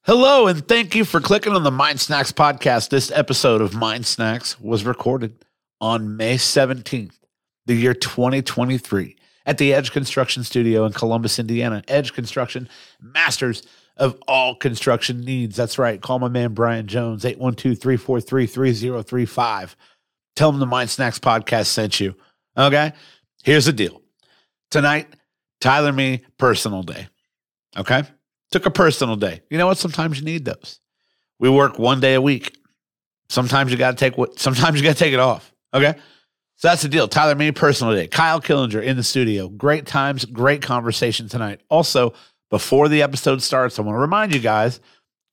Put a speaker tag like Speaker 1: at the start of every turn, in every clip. Speaker 1: Hello, and thank you for clicking on the Mind Snacks podcast. This episode of Mind Snacks was recorded on May 17th, the year 2023, at the Edge Construction Studio in Columbus, Indiana. Edge Construction, masters of all construction needs. That's right. Call my man Brian Jones, 812 343 3035. Tell him the Mind Snacks podcast sent you. Okay? Here's the deal. Tonight, Tyler, me, personal day. Okay? Took a personal day. You know what? Sometimes you need those. We work one day a week. Sometimes you gotta take what sometimes you gotta take it off. Okay. So that's the deal. Tyler, me personal day. Kyle Killinger in the studio. Great times, great conversation tonight. Also, before the episode starts, I want to remind you guys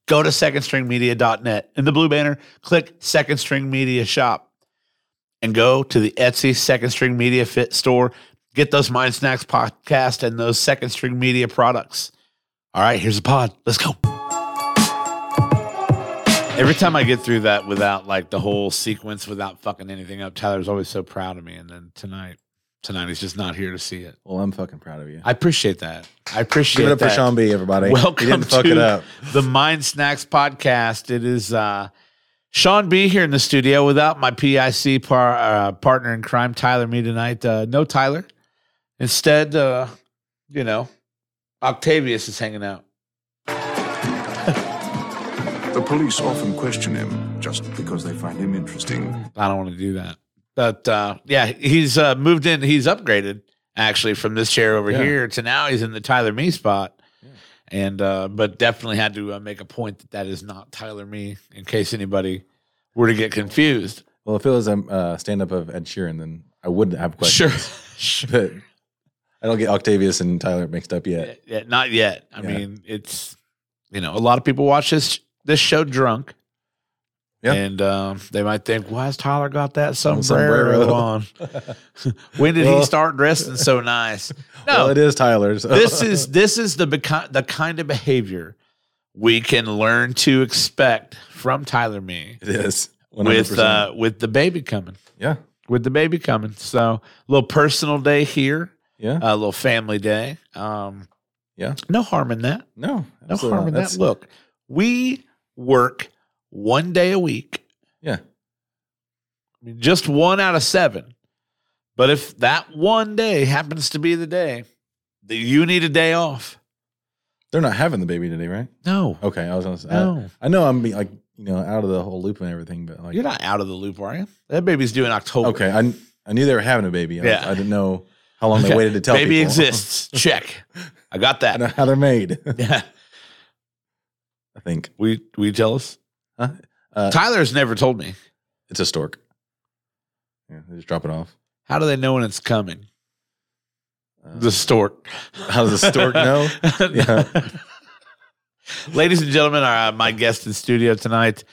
Speaker 1: go to secondstringmedia.net in the blue banner, click Second String Media Shop, and go to the Etsy Second String Media Fit store. Get those Mind Snacks podcast and those Second String Media products. All right, here's the pod. Let's go. Every time I get through that without like the whole sequence, without fucking anything up, Tyler's always so proud of me. And then tonight, tonight he's just not here to see it.
Speaker 2: Well, I'm fucking proud of you.
Speaker 1: I appreciate that. I appreciate
Speaker 2: Give it up
Speaker 1: that.
Speaker 2: for Sean B, everybody.
Speaker 1: Welcome
Speaker 2: He didn't fuck
Speaker 1: to
Speaker 2: it up.
Speaker 1: the Mind Snacks podcast. It is uh, Sean B here in the studio without my PIC par, uh, partner in crime, Tyler. Me tonight, uh, no Tyler. Instead, uh, you know, Octavius is hanging out.
Speaker 3: The police often question him just because they find him interesting.
Speaker 1: I don't want to do that. But uh, yeah, he's uh, moved in. He's upgraded actually from this chair over
Speaker 2: Yeah.
Speaker 1: here to now he's in the Tyler Me spot. And uh, but definitely had to uh, make a point that that is not Tyler Me in case anybody were to get confused.
Speaker 2: Well, if it was a uh, stand up of Ed Sheeran, then I wouldn't have questions.
Speaker 1: Sure.
Speaker 2: But I don't get Octavius and Tyler mixed up yet.
Speaker 1: yeah, not yet. I
Speaker 2: Yeah.
Speaker 1: mean, it's you know, a lot of people watch this this show drunk.
Speaker 2: Yeah.
Speaker 1: And um, they might think, why has Tyler got that sombrero,
Speaker 2: sombrero.
Speaker 1: on? when did he
Speaker 2: Well-
Speaker 1: start dressing so nice? No,
Speaker 2: Well, it is Tyler's.
Speaker 1: this is this is the beco- the kind of behavior we can learn to expect from Tyler Me
Speaker 2: it is.
Speaker 1: with
Speaker 2: 100%.
Speaker 1: uh, with the baby coming,
Speaker 2: yeah.
Speaker 1: with the baby coming. So little personal day here,
Speaker 2: Yeah.
Speaker 1: a little family day. Um,
Speaker 2: Yeah.
Speaker 1: no harm in that.
Speaker 2: no.
Speaker 1: No
Speaker 2: absolutely
Speaker 1: harm
Speaker 2: not.
Speaker 1: in
Speaker 2: That's-
Speaker 1: that. Look, we work one day a week.
Speaker 2: Yeah.
Speaker 1: I mean, just one out of seven. But if that one day happens to be the day that you need a day off,
Speaker 2: They're not having the baby today, right?
Speaker 1: no,
Speaker 2: Okay. I was going to say.
Speaker 1: no.
Speaker 2: I, I know I'm be- like, you know, out of the whole loop and everything, but like,
Speaker 1: You're not out of the loop, are you? That baby's due in October.
Speaker 2: okay. I, kn- I knew they were having a baby. I,
Speaker 1: Yeah.
Speaker 2: I didn't know how long
Speaker 1: Okay.
Speaker 2: they waited to tell
Speaker 1: baby
Speaker 2: people.
Speaker 1: exists. Check. I got
Speaker 2: I know
Speaker 1: that.
Speaker 2: how they're made,
Speaker 1: Yeah.
Speaker 2: I think.
Speaker 1: We we jealous?
Speaker 2: Huh? Uh,
Speaker 1: Tyler's never told me.
Speaker 2: It's a stork. Yeah, they just drop it off.
Speaker 1: How do they know when it's coming?
Speaker 2: Uh,
Speaker 1: The stork.
Speaker 2: how does the stork know? Yeah.
Speaker 1: Ladies and gentlemen, our, uh, my guest in studio tonight,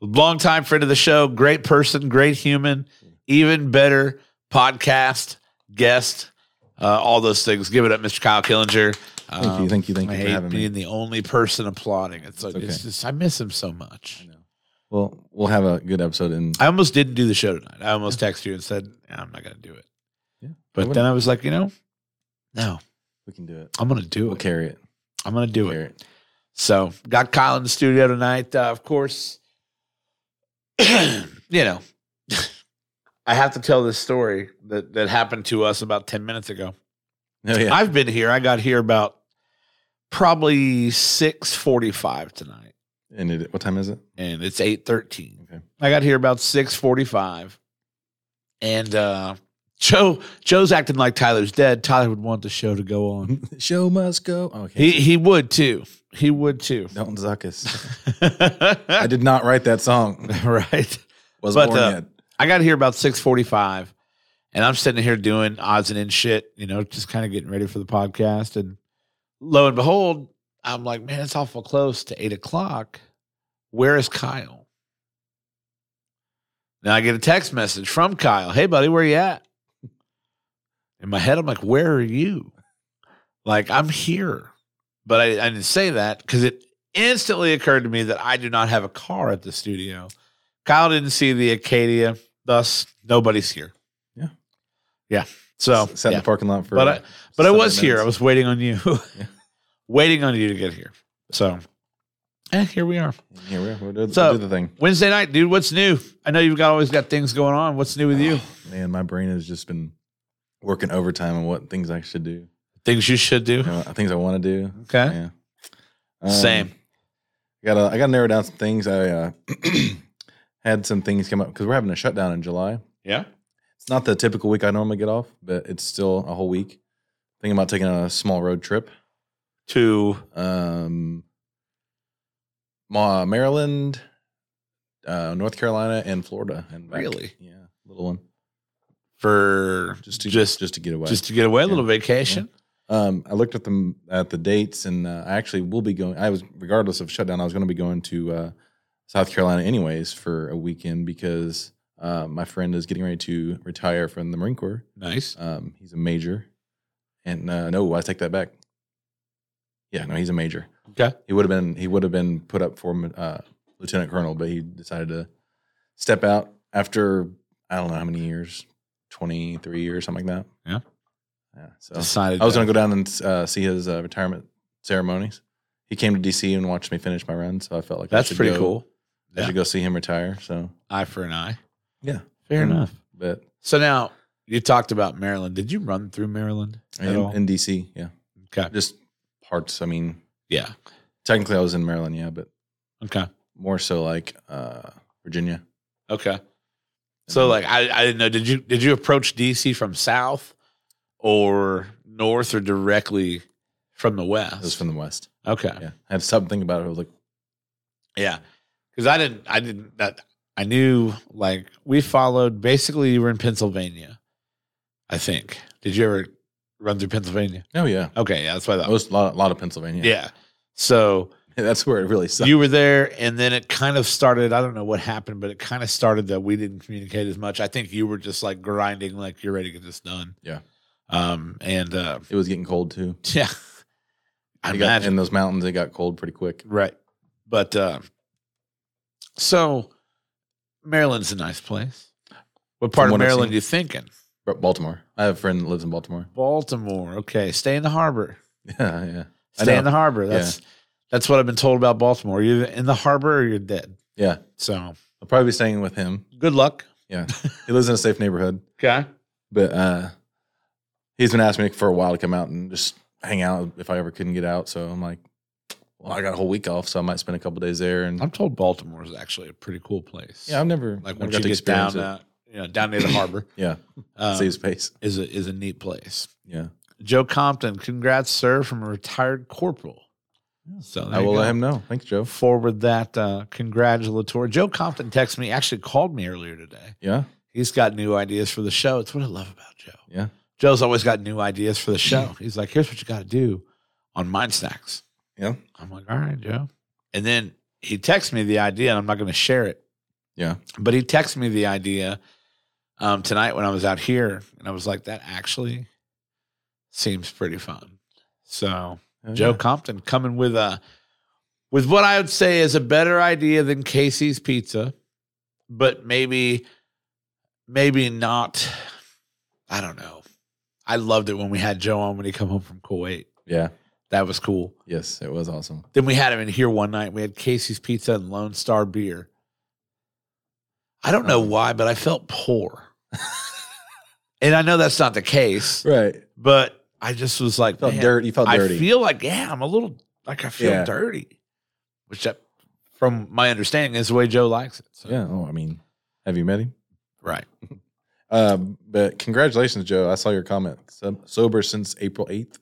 Speaker 1: longtime friend of the show, great person, great human, even better podcast guest, uh, all those things. Give it up, Mr. Kyle Killinger. Um,
Speaker 2: Thank you, thank you, thank
Speaker 1: I
Speaker 2: you for
Speaker 1: hate
Speaker 2: having me.
Speaker 1: being the only person applauding. It's like
Speaker 2: It's okay.
Speaker 1: it's just I miss him so much.
Speaker 2: Well, we'll have a good episode in.
Speaker 1: I almost didn't do the show tonight. I almost texted you and said "Yeah, I'm not going to do it,
Speaker 2: Yeah,
Speaker 1: but
Speaker 2: wouldn't.
Speaker 1: then I was like, you know, no,
Speaker 2: We can do it.
Speaker 1: I'm going to do
Speaker 2: We'll
Speaker 1: it.
Speaker 2: carry it.
Speaker 1: I'm going to do it.
Speaker 2: Carry it.
Speaker 1: So got Kyle in the studio tonight. Uh, of course, you know, I have to tell this story that, that happened to us about 10 minutes ago.
Speaker 2: Oh, yeah.
Speaker 1: I've been here. I got here about probably 645 tonight
Speaker 2: and it, what time is it?
Speaker 1: and it's 813.
Speaker 2: Okay.
Speaker 1: I got here about 645 and, uh, Joe, Joe's acting like Tyler's dead. Tyler would want the show to go
Speaker 2: Mm-hmm.
Speaker 1: on.
Speaker 2: Show must go. Oh, Okay.
Speaker 1: He, he would too. He would too.
Speaker 2: Don't zuck us. I did not write that song.
Speaker 1: right.
Speaker 2: Was
Speaker 1: But,
Speaker 2: born
Speaker 1: uh,
Speaker 2: yet.
Speaker 1: I got here about six forty-five, and I'm sitting here doing odds and ends shit, you know, just kind of getting ready for the podcast. And lo and behold, I'm like, man, it's awful close to eight o'clock. Where is Kyle? Now I get a text message from Kyle. Hey, buddy, where you at? In my head, I'm like, where are you? Like, I'm here. But I, I didn't say that because it instantly occurred to me that I do not have a car at the studio. Kyle didn't see the Acadia, thus nobody's here.
Speaker 2: Yeah.
Speaker 1: Yeah. So
Speaker 2: sat
Speaker 1: yeah.
Speaker 2: in the parking lot for.
Speaker 1: But I- but I
Speaker 2: seven
Speaker 1: was here. I
Speaker 2: minutes.
Speaker 1: was waiting on you.
Speaker 2: Yeah.
Speaker 1: waiting on you to get here. So Eh, here we are.
Speaker 2: Here we are. We'll do,
Speaker 1: So-
Speaker 2: we'll do the thing.
Speaker 1: Wednesday night, dude. What's new? I know you've got always got things going on. What's new with you?
Speaker 2: Man, my brain has just been working overtime on what things I should do,
Speaker 1: Things you should do.
Speaker 2: you know, things I want to do.
Speaker 1: Okay.
Speaker 2: Yeah.
Speaker 1: Same.
Speaker 2: I gotta I gotta narrow down some things. I uh, had some things come up because we're having a shutdown in July.
Speaker 1: Yeah.
Speaker 2: It's not the typical week I normally get off, but it's still a whole week. Thinking about taking a small road trip.
Speaker 1: To
Speaker 2: Um, Ma- Maryland, uh, North Carolina, and Florida, and back.
Speaker 1: Really?
Speaker 2: yeah, little one.
Speaker 1: for
Speaker 2: Just to
Speaker 1: Just-
Speaker 2: just just to get away.
Speaker 1: just to get away a
Speaker 2: Yeah.
Speaker 1: little vacation.
Speaker 2: Um, I looked at them at the dates, and uh, I actually will be going. I was, regardless of shutdown, I was going to be going to uh, South Carolina anyways for a weekend because uh, my friend is getting ready to retire from the Marine Corps.
Speaker 1: Nice.
Speaker 2: Um, he's a major, and uh, no, I take that back. Yeah, no, he's a major.
Speaker 1: Okay.
Speaker 2: He would have been he would have been put up for uh, lieutenant colonel, but he decided to step out after I don't know how many years, twenty three years, something like that.
Speaker 1: Yeah.
Speaker 2: yeah. So
Speaker 1: Decided.
Speaker 2: I was
Speaker 1: to-
Speaker 2: going to go down and uh, see his uh, retirement ceremonies. He came to DC and watched me finish my run, so I felt like I
Speaker 1: That's
Speaker 2: should
Speaker 1: pretty
Speaker 2: go-
Speaker 1: cool.
Speaker 2: I
Speaker 1: Yeah.
Speaker 2: should go see him retire. So,
Speaker 1: Eye for an eye.
Speaker 2: Yeah.
Speaker 1: Fair
Speaker 2: Mm.
Speaker 1: enough.
Speaker 2: but
Speaker 1: So now you talked about Maryland. Did you run through Maryland at
Speaker 2: in,
Speaker 1: all?
Speaker 2: in DC, yeah,
Speaker 1: okay.
Speaker 2: just parts. I mean,
Speaker 1: Yeah.
Speaker 2: technically I was in Maryland, yeah, but
Speaker 1: Okay.
Speaker 2: more so like uh, Virginia.
Speaker 1: Okay.
Speaker 2: Mm-hmm.
Speaker 1: So like I, I didn't know. Did you did you approach DC from south or north or directly from the
Speaker 2: I was
Speaker 1: west?
Speaker 2: from the west.
Speaker 1: okay.
Speaker 2: Yeah, I had to stop and think about it. I was like,
Speaker 1: Yeah, because I didn't. I didn't. That I knew. Like we followed. Basically, you were in Pennsylvania. I think. Did you ever run through Pennsylvania?
Speaker 2: oh yeah,
Speaker 1: Okay, yeah, that's why that. Was,
Speaker 2: most lot, lot of Pennsylvania.
Speaker 1: yeah. So
Speaker 2: that's where it really sucks.
Speaker 1: you were there, and then it kind of started. I don't know what happened, but it kind of started that we didn't communicate as much. I think you were just like grinding, like you're ready to get this done.
Speaker 2: Yeah.
Speaker 1: Um. And uh,
Speaker 2: it was getting cold too.
Speaker 1: yeah. I
Speaker 2: It got-
Speaker 1: imagine.
Speaker 2: in those mountains, it got cold pretty quick.
Speaker 1: Right. But uh, so Maryland's a nice place. What part of
Speaker 2: From what I've
Speaker 1: Maryland
Speaker 2: seen.
Speaker 1: you thinking?
Speaker 2: But Baltimore. I have a friend that lives in Baltimore.
Speaker 1: Baltimore. Okay. Stay in the harbor.
Speaker 2: Yeah, yeah. I
Speaker 1: Stay
Speaker 2: know.
Speaker 1: in the harbor.
Speaker 2: Yeah.
Speaker 1: That's that's what I've been told about Baltimore. You're either in the harbor or you're dead.
Speaker 2: Yeah.
Speaker 1: So
Speaker 2: I'll probably be staying with him.
Speaker 1: good luck.
Speaker 2: He lives in a safe neighborhood,
Speaker 1: Okay.
Speaker 2: but uh, he's been asking me for a while to come out and just hang out if I ever couldn't get out. So I'm like, well, I got a whole week off, so I might spend a couple days there. And
Speaker 1: I'm told Baltimore is actually a pretty cool place.
Speaker 2: yeah, I've never
Speaker 1: Like
Speaker 2: never
Speaker 1: once
Speaker 2: got
Speaker 1: you
Speaker 2: to
Speaker 1: get
Speaker 2: experience
Speaker 1: down, uh, you know, down near the harbor.
Speaker 2: Yeah.
Speaker 1: um,
Speaker 2: save space.
Speaker 1: is a is a neat place.
Speaker 2: Yeah,
Speaker 1: Joe Compton, congrats, sir, from a retired corporal. So there
Speaker 2: I
Speaker 1: you
Speaker 2: will let
Speaker 1: go.
Speaker 2: him know. Thanks, Joe.
Speaker 1: forward that uh, congratulatory. Joe Compton texted me, actually called me earlier today.
Speaker 2: Yeah,
Speaker 1: He's got new ideas for the show. It's what I love about Joe.
Speaker 2: Yeah.
Speaker 1: Joe's always got new ideas for the show. He's like, here's what you got to do on Mind Snacks.
Speaker 2: Yeah.
Speaker 1: I'm like, all right, Joe. And then he texts me the idea, and I'm not going to share it.
Speaker 2: Yeah.
Speaker 1: But he texted me the idea um, tonight when I was out here, and I was like, that actually seems pretty fun. So
Speaker 2: Oh,
Speaker 1: Joe
Speaker 2: yeah.
Speaker 1: Compton coming with a with what I would say is a better idea than Casey's Pizza, but maybe maybe not. I don't know. I loved it when we had Joe on when he come home from Kuwait.
Speaker 2: Yeah.
Speaker 1: That was cool.
Speaker 2: Yes, it was awesome.
Speaker 1: Then we had him in here one night. We had Casey's Pizza and Lone Star beer. I don't
Speaker 2: Oh.
Speaker 1: know why, but I felt poor. and I know that's not the case,
Speaker 2: Right.
Speaker 1: but I just was like, "Oh,
Speaker 2: Felt
Speaker 1: "Man,
Speaker 2: dirty. You felt
Speaker 1: I
Speaker 2: dirty.
Speaker 1: feel like yeah, I'm a little like I feel
Speaker 2: Yeah.
Speaker 1: dirty, which that, from my understanding is the way Joe likes it. So.
Speaker 2: yeah. Oh, I mean, have you met him?
Speaker 1: right.
Speaker 2: Um, but congratulations, Joe. I saw your comment. So, sober since April 8th.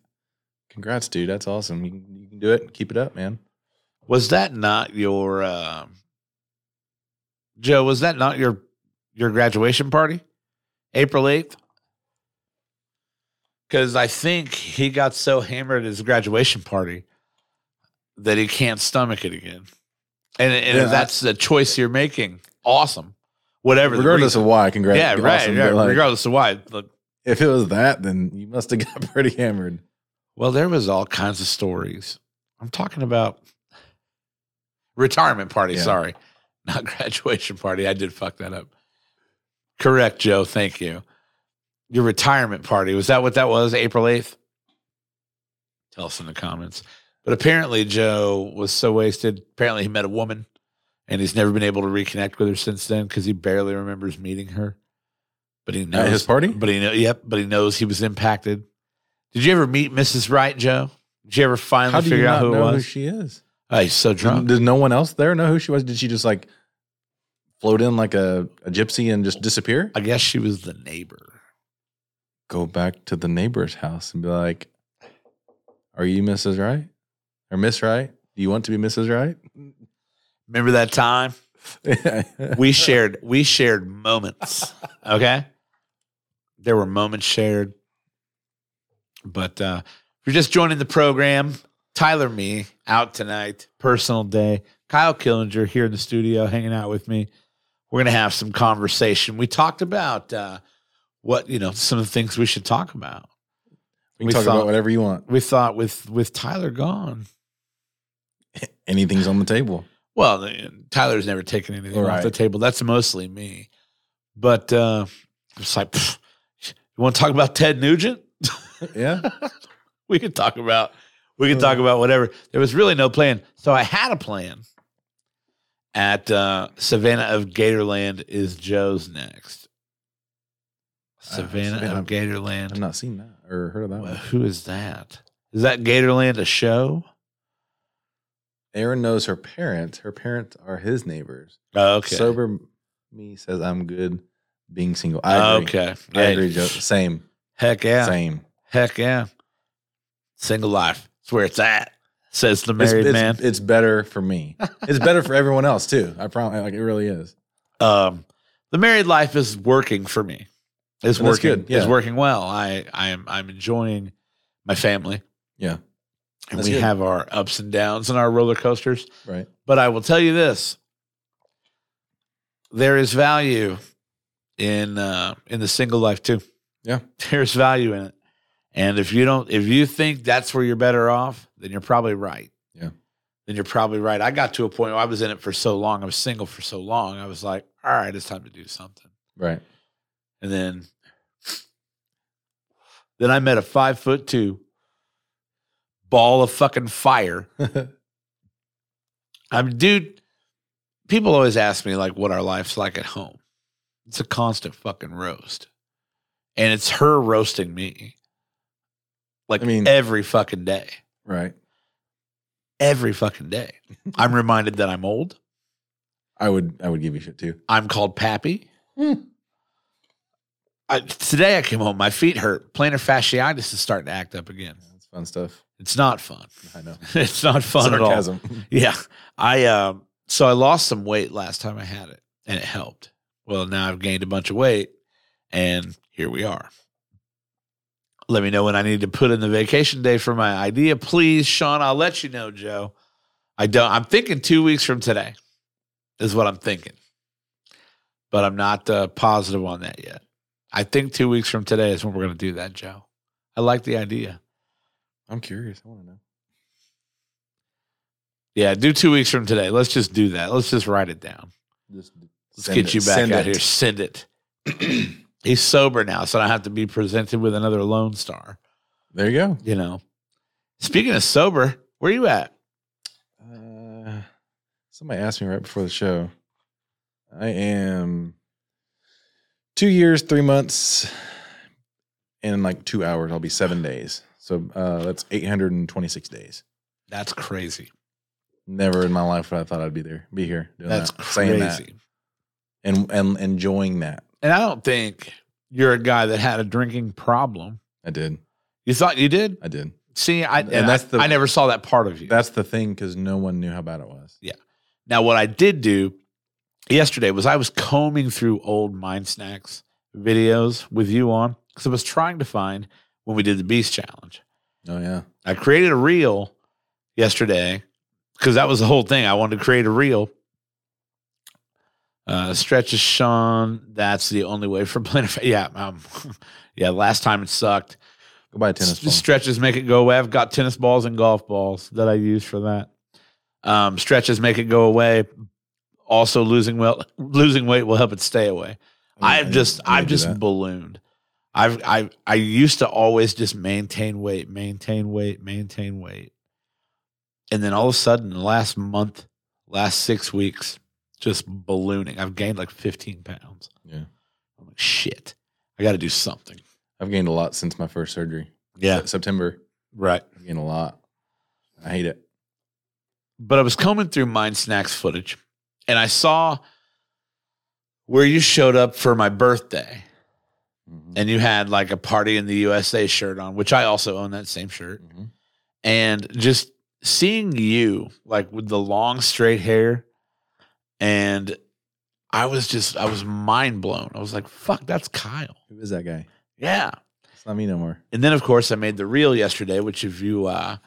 Speaker 2: Congrats, dude. That's awesome. You can, you can do it. Keep it up, man.
Speaker 1: Was that not your um, Joe? Was that not your your graduation party, April eighth? Because I think he got so hammered at his graduation party that he can't stomach it again, and and
Speaker 2: Yeah,
Speaker 1: if that's the choice you're making. Awesome, whatever. the
Speaker 2: Regardless of why, congrats.
Speaker 1: yeah,
Speaker 2: You're
Speaker 1: right,
Speaker 2: awesome.
Speaker 1: yeah,
Speaker 2: But, like,
Speaker 1: regardless of why. Look,
Speaker 2: If it was that, then you must have got pretty hammered.
Speaker 1: well, there was all kinds of stories. I'm talking about retirement party.
Speaker 2: Yeah.
Speaker 1: Sorry, not graduation party. I did fuck that up. Correct, Joe. Thank you. Your retirement party was that what that was? April eighth. Tell us in the comments. But apparently, Joe was so wasted. Apparently, he met a woman, and he's never been able to reconnect with her since then because he barely remembers meeting her. But he knows
Speaker 2: At his party?
Speaker 1: But he know, yep. But he knows he was impacted. Did you ever meet Mrs. Wright, Joe? Did you ever finally
Speaker 2: How do you
Speaker 1: figure
Speaker 2: not
Speaker 1: out who it
Speaker 2: know who
Speaker 1: was?
Speaker 2: she is?
Speaker 1: oh, he's so drunk.
Speaker 2: Did, did no one else there know who she was? Did she just like float in like a, a gypsy and just disappear?
Speaker 1: I guess she was the neighbor.
Speaker 2: Go back to the neighbor's house and be like, "Are you Mrs. Wright or Miss Wright? Do you want to be Mrs. Wright?"
Speaker 1: Remember that time we shared? We shared moments. Okay, there were moments shared. But uh, if you're just joining the program, Tyler, me out tonight, personal day. Kyle Killinger here in the studio, hanging out with me. We're gonna have some conversation. We talked about uh, what you know, some of the things we should talk about.
Speaker 2: we
Speaker 1: we
Speaker 2: can talk
Speaker 1: thought-
Speaker 2: about whatever you want.
Speaker 1: We thought with with Tyler gone.
Speaker 2: Anything's on the table.
Speaker 1: Well, the- Tyler's never taken anything off
Speaker 2: Right.
Speaker 1: the table. That's mostly me. But uh, it's like, pfft, you want to talk about Ted Nugent?
Speaker 2: Yeah.
Speaker 1: we could talk about we could talk about whatever. There was really no plan. So I had a plan. At uh, Savannah of Gatorland is Joe's next. Uh, Savannah,
Speaker 2: Savannah-
Speaker 1: of Gatorland.
Speaker 2: I've not seen that or heard of that
Speaker 1: Well,
Speaker 2: one.
Speaker 1: who is that? Is that Gatorland a show?
Speaker 2: Aaron knows her parents. Her parents are his neighbors.
Speaker 1: Oh, okay.
Speaker 2: Sober me says I'm good being single. I agree.
Speaker 1: okay.
Speaker 2: I
Speaker 1: Hey,
Speaker 2: agree, Joe. Same.
Speaker 1: Heck yeah.
Speaker 2: Same.
Speaker 1: Heck yeah. Single life. It's where it's at, says the
Speaker 2: It's,
Speaker 1: married
Speaker 2: it's,
Speaker 1: man.
Speaker 2: it's better for me. It's better for everyone else too. I promise. Like it really is.
Speaker 1: um, the married life is working for me. It's
Speaker 2: And that's
Speaker 1: working.
Speaker 2: good, yeah.
Speaker 1: It's working well. I, I am I'm enjoying my family.
Speaker 2: Yeah.
Speaker 1: And
Speaker 2: That's
Speaker 1: we
Speaker 2: good.
Speaker 1: have our ups and downs and our roller coasters.
Speaker 2: Right.
Speaker 1: But I will tell you this. There is value in uh, in the single life too.
Speaker 2: Yeah.
Speaker 1: There's value in it. And if you don't if you think that's where you're better off, then you're probably right.
Speaker 2: Yeah.
Speaker 1: Then you're probably right. I got to a point where I was in it for so long, I was single for so long, I was like, all right, it's time to do something.
Speaker 2: Right.
Speaker 1: And then then I met a five foot two ball of fucking fire. I'm dude. People always ask me like what our life's like at home. It's a constant fucking roast, and it's her roasting me, like
Speaker 2: I mean-
Speaker 1: every fucking day.
Speaker 2: right.
Speaker 1: Every fucking day, I'm reminded that I'm old.
Speaker 2: I would. I would give you shit too.
Speaker 1: I'm called Pappy.
Speaker 2: Hmm.
Speaker 1: I, today I came home, my feet hurt. Plantar fasciitis is starting to act up again.
Speaker 2: That's fun stuff.
Speaker 1: It's not fun.
Speaker 2: I know.
Speaker 1: It's not fun at all.
Speaker 2: Sarcasm.
Speaker 1: Yeah. I um so I lost some weight last time I had it and it helped. Well, now I've gained a bunch of weight and here we are. Let me know when I need to put in the vacation day for my idea, please, Sean. I'll let you know, Joe. I don't I'm thinking 2 weeks from today is what I'm thinking. But I'm not uh, positive on that yet. I think 2 weeks from today is when we're going to do that, Joe. I like the idea.
Speaker 2: I'm curious. I want to know.
Speaker 1: Yeah, do 2 weeks from today. Let's just do that. Let's just write it down.
Speaker 2: Just
Speaker 1: Let's
Speaker 2: send
Speaker 1: get
Speaker 2: it.
Speaker 1: you back
Speaker 2: Send
Speaker 1: out
Speaker 2: it.
Speaker 1: here. Send it. He's sober now, so I don't have to be presented with another Lone Star.
Speaker 2: There you go.
Speaker 1: You know. Speaking of sober, where you at?
Speaker 2: Uh, somebody asked me right before the show. I am two years, three months, and in like two hours, I'll be seven days. So uh, that's 826 days.
Speaker 1: That's crazy.
Speaker 2: Never in my life would I thought I'd be there, be here. Doing
Speaker 1: That's
Speaker 2: that, saying
Speaker 1: crazy.
Speaker 2: that, and and enjoying that.
Speaker 1: And I don't think you're a guy that had a drinking problem.
Speaker 2: I did,
Speaker 1: You thought you did?
Speaker 2: I did.
Speaker 1: See, I and,
Speaker 2: And that's
Speaker 1: I,
Speaker 2: the-
Speaker 1: I never saw that part of you.
Speaker 2: That's the thing because no one knew how bad it was.
Speaker 1: Now, what I did do yesterday was I was combing through old Mind Snacks videos with you on because I was trying to find when we did the Beast Challenge.
Speaker 2: Oh yeah,
Speaker 1: I created a reel yesterday because that was the whole thing. I wanted to create a reel. Uh, stretches Sean. That's the only way for Planet. Fa- yeah, um, yeah. Last time it sucked.
Speaker 2: go buy a tennis
Speaker 1: S-
Speaker 2: ball.
Speaker 1: Stretches make it go away. I've got tennis balls and golf balls that I use for that. Um, stretches make it go away. Also, losing well, losing weight will help it stay away. I've just
Speaker 2: I
Speaker 1: I've
Speaker 2: do
Speaker 1: just
Speaker 2: that.
Speaker 1: ballooned. I've I I used to always just maintain weight, maintain weight, maintain weight. And then all of a sudden, the last month, last six weeks, just ballooning. I've gained like 15 pounds.
Speaker 2: Yeah.
Speaker 1: I'm like, shit, I got to do something.
Speaker 2: I've gained a lot since my first surgery.
Speaker 1: Yeah.
Speaker 2: Se- September.
Speaker 1: Right.
Speaker 2: I've gained a lot. I hate it.
Speaker 1: But I was combing through Mind Snacks footage and I saw where you showed up for my birthday
Speaker 2: Mhm.
Speaker 1: and you had like a party in the USA shirt on, which I also own that same shirt.
Speaker 2: Mhm.
Speaker 1: and just seeing you like with the long straight hair and i was just i was mind blown i was like fuck that's kyle
Speaker 2: Who is that guy?
Speaker 1: yeah
Speaker 2: It's not me no more.
Speaker 1: and then of course i made the reel yesterday which if you uh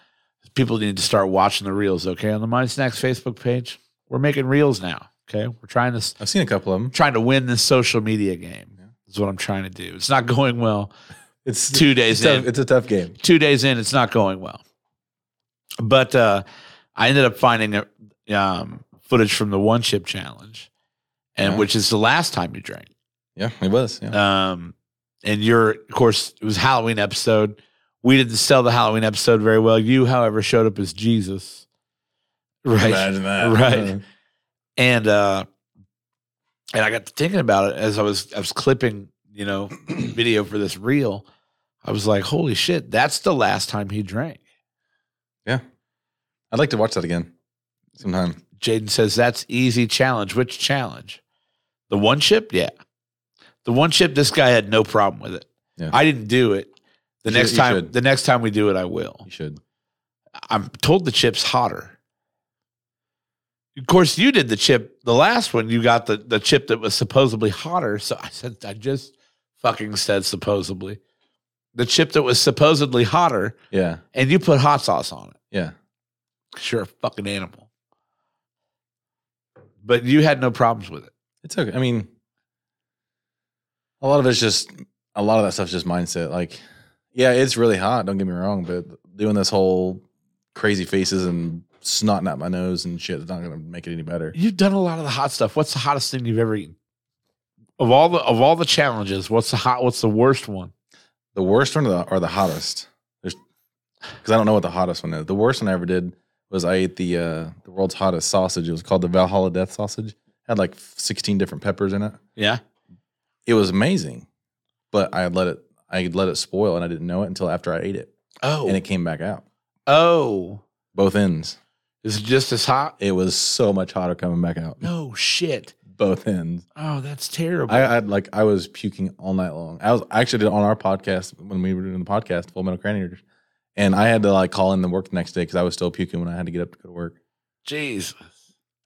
Speaker 1: people need to start watching the reels okay on the mind snacks facebook page we're making reels now okay we're trying this
Speaker 2: I've seen a couple of them.
Speaker 1: trying to win this social media game
Speaker 2: Yeah.
Speaker 1: is what i'm trying to do it's not going well
Speaker 2: It's
Speaker 1: two days
Speaker 2: It's, tough,
Speaker 1: in
Speaker 2: it's a tough game.
Speaker 1: two days in, it's not going well. But uh, I ended up finding uh um, footage from the one chip challenge, and
Speaker 2: Yeah.
Speaker 1: which is the last time you drank.
Speaker 2: Yeah, it was. Yeah.
Speaker 1: Um, and your, of course, it was Halloween episode. We didn't sell the Halloween episode very well. You, however, showed up as Jesus, right?
Speaker 2: Imagine that.
Speaker 1: Right.
Speaker 2: Uh,
Speaker 1: and uh and i got to thinking about it as i was i was clipping you know video for this reel i was like holy shit that's the last time he drank
Speaker 2: I'd like to watch that again sometime.
Speaker 1: jaden says that's easy challenge which challenge the one chip yeah the one chip this guy had no problem with it
Speaker 2: Yeah.
Speaker 1: i didn't do it the
Speaker 2: You
Speaker 1: next
Speaker 2: should- you
Speaker 1: time
Speaker 2: should.
Speaker 1: the next time we do it i will
Speaker 2: You should.
Speaker 1: i'm told the chip's hotter of course you did the chip the last one you got the, the chip that was supposedly hotter so i said i just fucking said supposedly the chip that was supposedly hotter
Speaker 2: Yeah.
Speaker 1: and you put hot sauce on it
Speaker 2: Yeah.
Speaker 1: 'Cause you're a fucking animal but you had no problems with it
Speaker 2: It's okay. I mean, a lot of it's just a lot of that stuff's just mindset. Like, yeah, it's really hot. Don't get me wrong, but doing this whole crazy faces and snotting out my nose and shit is not going to make it any better.
Speaker 1: you've done a lot of the hot stuff what's the hottest thing you've ever eaten of all the of all the challenges what's the hot what's the worst one
Speaker 2: The worst one or the, or the hottest? There's because I don't know what the hottest one is. The worst one I ever did was I ate the uh, the world's hottest sausage. It was called the Valhalla Death Sausage. had like 16 different peppers in it.
Speaker 1: yeah
Speaker 2: It was amazing, but I let it I let it spoil and I didn't know it until after I ate it
Speaker 1: oh
Speaker 2: and it came back out
Speaker 1: oh
Speaker 2: both ends.
Speaker 1: is it just as hot
Speaker 2: It was so much hotter coming back out
Speaker 1: no shit
Speaker 2: both ends.
Speaker 1: Oh, that's terrible.
Speaker 2: I, I like I was puking all night long. I was I actually did it on our podcast when we were doing the podcast, Full Metal Craneators, and I had to like call in to work the next day because I was still puking when I had to get up to go to work.
Speaker 1: Jeez.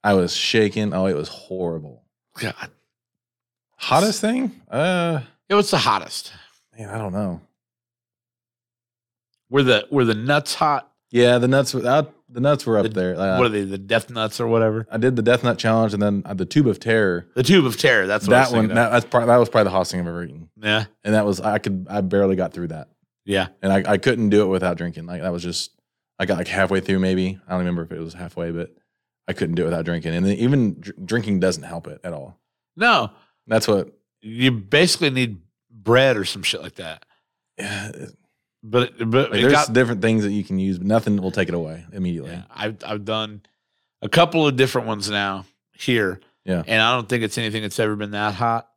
Speaker 2: I was shaking. Oh, it was horrible.
Speaker 1: God.
Speaker 2: Hottest thing? Uh,
Speaker 1: It was the hottest.
Speaker 2: man, I don't know.
Speaker 1: Were the were the nuts hot?
Speaker 2: Yeah, the nuts were out. The nuts were up there. Uh,
Speaker 1: what are they? The death nuts or whatever?
Speaker 2: I did the Death Nut Challenge, and then uh, the Tube of Terror.
Speaker 1: The tube of terror. That's what I was
Speaker 2: that one,
Speaker 1: thinking
Speaker 2: that, that's probably, that was probably the hottest thing I've ever eaten,
Speaker 1: of. Yeah.
Speaker 2: and that was I could I barely got through that.
Speaker 1: Yeah.
Speaker 2: and I, I couldn't do it without drinking. Like that was just I got like halfway through maybe. I don't remember if it was halfway, but I couldn't do it without drinking. And then even dr- drinking doesn't help it at all.
Speaker 1: No.
Speaker 2: That's what
Speaker 1: You basically need bread or some shit like that.
Speaker 2: yeah, it-
Speaker 1: But but
Speaker 2: like,
Speaker 1: it
Speaker 2: there's
Speaker 1: got,
Speaker 2: different things that you can use, but nothing will take it away immediately.
Speaker 1: yeah, I've I've done a couple of different ones now here.
Speaker 2: Yeah.
Speaker 1: And I don't think it's anything that's ever been that hot.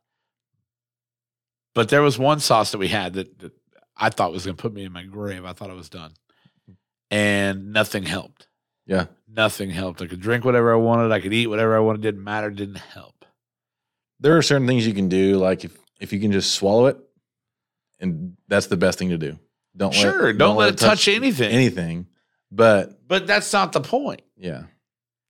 Speaker 1: But there was one sauce that we had that, that I thought was gonna put me in my grave. I thought I was done. And nothing helped.
Speaker 2: Yeah.
Speaker 1: nothing helped. I could drink whatever I wanted. I could eat whatever I wanted. Didn't matter. Didn't help.
Speaker 2: There are certain things you can do, like if if you can just swallow it, and that's the best thing to do. Don't let-
Speaker 1: Sure, don't let it touch anything.
Speaker 2: Anything. But
Speaker 1: But that's not the point.
Speaker 2: yeah.